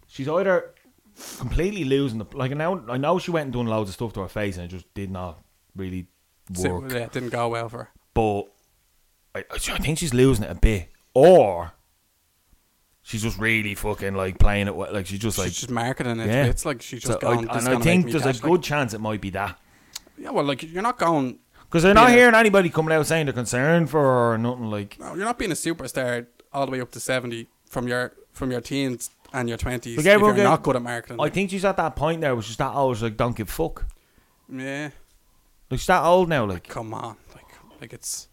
Speaker 1: She's either completely losing the like. I know, I know she went and done loads of stuff to her face, and it just did not really work.
Speaker 2: yeah, it didn't go well for her.
Speaker 1: But I, I think she's losing it a bit, or she's just really fucking like playing it. wa- Like she's just like.
Speaker 2: she's just marketing it.
Speaker 1: yeah.
Speaker 2: It's like she's just
Speaker 1: So I,
Speaker 2: going. this
Speaker 1: and
Speaker 2: is
Speaker 1: I
Speaker 2: gonna make
Speaker 1: think
Speaker 2: me
Speaker 1: there's
Speaker 2: cash,
Speaker 1: a
Speaker 2: like-
Speaker 1: good chance it might be that.
Speaker 2: Yeah, well, like you're not going.
Speaker 1: Because they're not
Speaker 2: Yeah.
Speaker 1: hearing anybody coming out saying they're concerned for her or nothing like.
Speaker 2: No, you're not being a superstar all the way up to seventy from your from your teens and your twenties.
Speaker 1: Like,
Speaker 2: if you're
Speaker 1: everyone get-
Speaker 2: not good at marketing,
Speaker 1: I think she's at that point there where she's that old. She's like, don't give a fuck.
Speaker 2: yeah,
Speaker 1: Like she's that old now. Like
Speaker 2: come on, like like it's.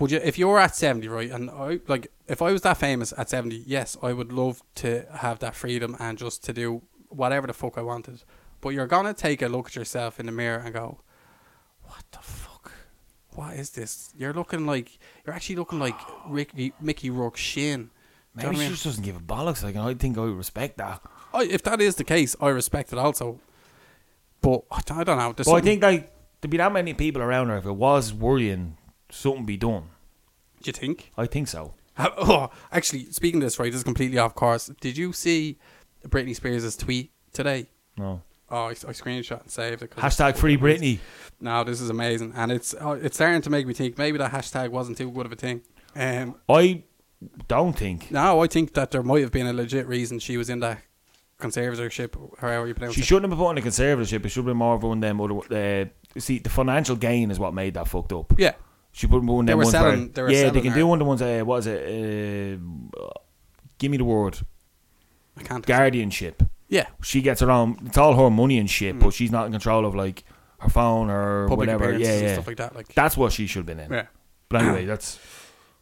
Speaker 2: Would you if you were at seventy, right? And I like if I was that famous at seventy, yes, I would love to have that freedom and just to do whatever the fuck I wanted. But you're gonna take a look at yourself in the mirror and go, "What the fuck? What is this? You're looking like you're actually looking like Ricky, Mickey Rourke's shin." Do you know
Speaker 1: maybe
Speaker 2: what I
Speaker 1: she
Speaker 2: mean?
Speaker 1: just doesn't give a bollocks. Like and I think I would respect that.
Speaker 2: I, if that is the case, I respect it also. But I don't, I don't know. There's
Speaker 1: But I
Speaker 2: something-
Speaker 1: think like to be that many people around her, if it was worrying, something be done.
Speaker 2: Do you think?
Speaker 1: I think so.
Speaker 2: Ha- Oh, actually, speaking of this, right, this is completely off course. Did you see Britney Spears' tweet today?
Speaker 1: No.
Speaker 2: Oh, I, I screenshot and saved it. 'cause-
Speaker 1: Hashtag free Britney.
Speaker 2: No, this is amazing, and it's oh, it's starting to make me think maybe that hashtag wasn't too good of a thing. Um,
Speaker 1: I don't think
Speaker 2: no, I think that there might have been a legit reason she was in that conservatorship, or however you pronounce
Speaker 1: she
Speaker 2: it.
Speaker 1: shouldn't have been put in a conservatorship. It should have been more of one of them. Other, uh, see, the financial gain is what made that fucked up.
Speaker 2: yeah,
Speaker 1: She put one of
Speaker 2: They
Speaker 1: them
Speaker 2: were
Speaker 1: ones
Speaker 2: selling-
Speaker 1: where-
Speaker 2: they were
Speaker 1: yeah, they
Speaker 2: selling
Speaker 1: can
Speaker 2: her.
Speaker 1: do one of the ones. Uh, what is it? Uh, give me the word.
Speaker 2: I can't.
Speaker 1: Guardianship.
Speaker 2: yeah,
Speaker 1: She gets her own. It's all her money and shit, but she's not in control of like her phone or
Speaker 2: Mm. public
Speaker 1: whatever.
Speaker 2: appearances
Speaker 1: Yeah,
Speaker 2: and
Speaker 1: yeah.
Speaker 2: stuff like that. Like,
Speaker 1: That's what she should have been in.
Speaker 2: yeah.
Speaker 1: But anyway, that's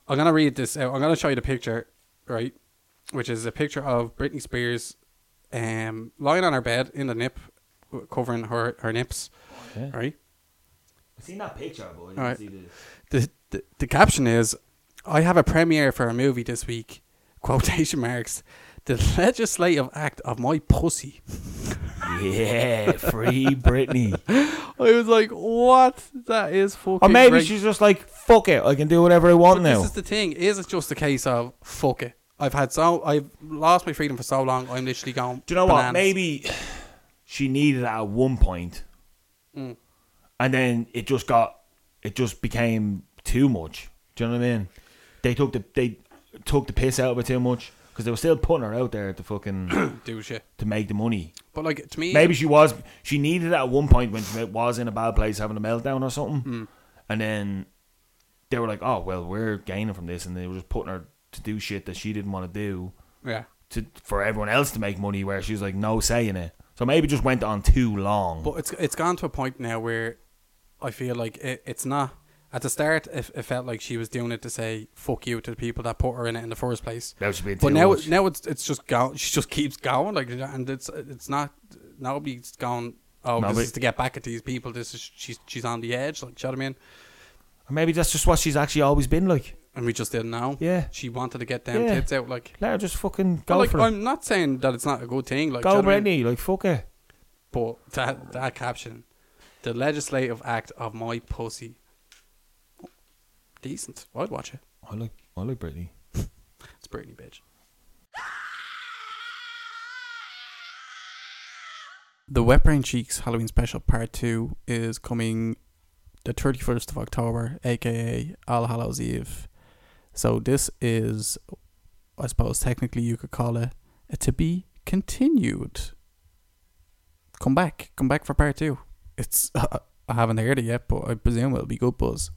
Speaker 2: I'm gonna read this out. I'm gonna show you the picture, right? Which is a picture of Britney Spears, um, lying on her bed in the nip, w- covering her her nips.
Speaker 1: Yeah.
Speaker 2: Right.
Speaker 1: I've seen that picture, boy.
Speaker 2: didn't Alright. see The, the the caption is, "I have a premiere for a movie this week." Quotation marks. The legislative act of my pussy.
Speaker 1: Yeah, free Britney.
Speaker 2: I was like, "What? That is fucking."
Speaker 1: or maybe
Speaker 2: great."
Speaker 1: she's just like, fuck it, I can do whatever I want
Speaker 2: But
Speaker 1: now.
Speaker 2: This is the thing. Is it just a case of fuck it? I've had so I've lost my freedom for so long. I'm literally going.
Speaker 1: do you know what?
Speaker 2: bananas.
Speaker 1: Maybe she needed it at one point,
Speaker 2: Mm.
Speaker 1: and then it just got, it just became too much. Do you know what I mean? They took the they took the piss out of it too much because they were still putting her out there to fucking
Speaker 2: do shit.
Speaker 1: to make the money.
Speaker 2: But like to me,
Speaker 1: Maybe she was. She needed it at one point when she was in a bad place, having a meltdown or something.
Speaker 2: Mm.
Speaker 1: And then they were like, "Oh well, we're gaining from this," and they were just putting her to do shit that she didn't want to do
Speaker 2: yeah.
Speaker 1: to for everyone else to make money. Where she was like, "No saying it." So maybe it just went on too long.
Speaker 2: But it's it's gone to a point now where I feel like it, it's not. At the start, it, it felt like she was doing it to say "fuck you" to the people that put her in it in the first place.
Speaker 1: that should be too
Speaker 2: But now,
Speaker 1: much.
Speaker 2: now it's it's just going. She just keeps going like, and it's it's not. Nobody's going. oh,
Speaker 1: No,
Speaker 2: this
Speaker 1: but-
Speaker 2: is to get back at these people. This is she's she's on the edge. Like, do you know what I mean?
Speaker 1: Or maybe that's just what she's actually always been like.
Speaker 2: And we just didn't know.
Speaker 1: Yeah.
Speaker 2: She wanted to get them
Speaker 1: Yeah.
Speaker 2: kids out. Like,
Speaker 1: Let her just fucking go
Speaker 2: Well, like
Speaker 1: for it.
Speaker 2: I'm not saying that it's not a good thing. Like, do you
Speaker 1: go,
Speaker 2: know what I mean?
Speaker 1: Brittany. Like, fuck it.
Speaker 2: But that that caption, the legislative act of my pussy. Decent. I'd watch it.
Speaker 1: I like, I like Brittany.
Speaker 2: It's Britney, bitch. The Wet Brain Cheeks Halloween Special Part 2 is coming the 31st of October, aka All Hallows Eve. So, this is, I suppose, technically you could call it a to be continued. Come back. Come back for Part 2. It's. I haven't heard it yet, but I presume it'll be good buzz.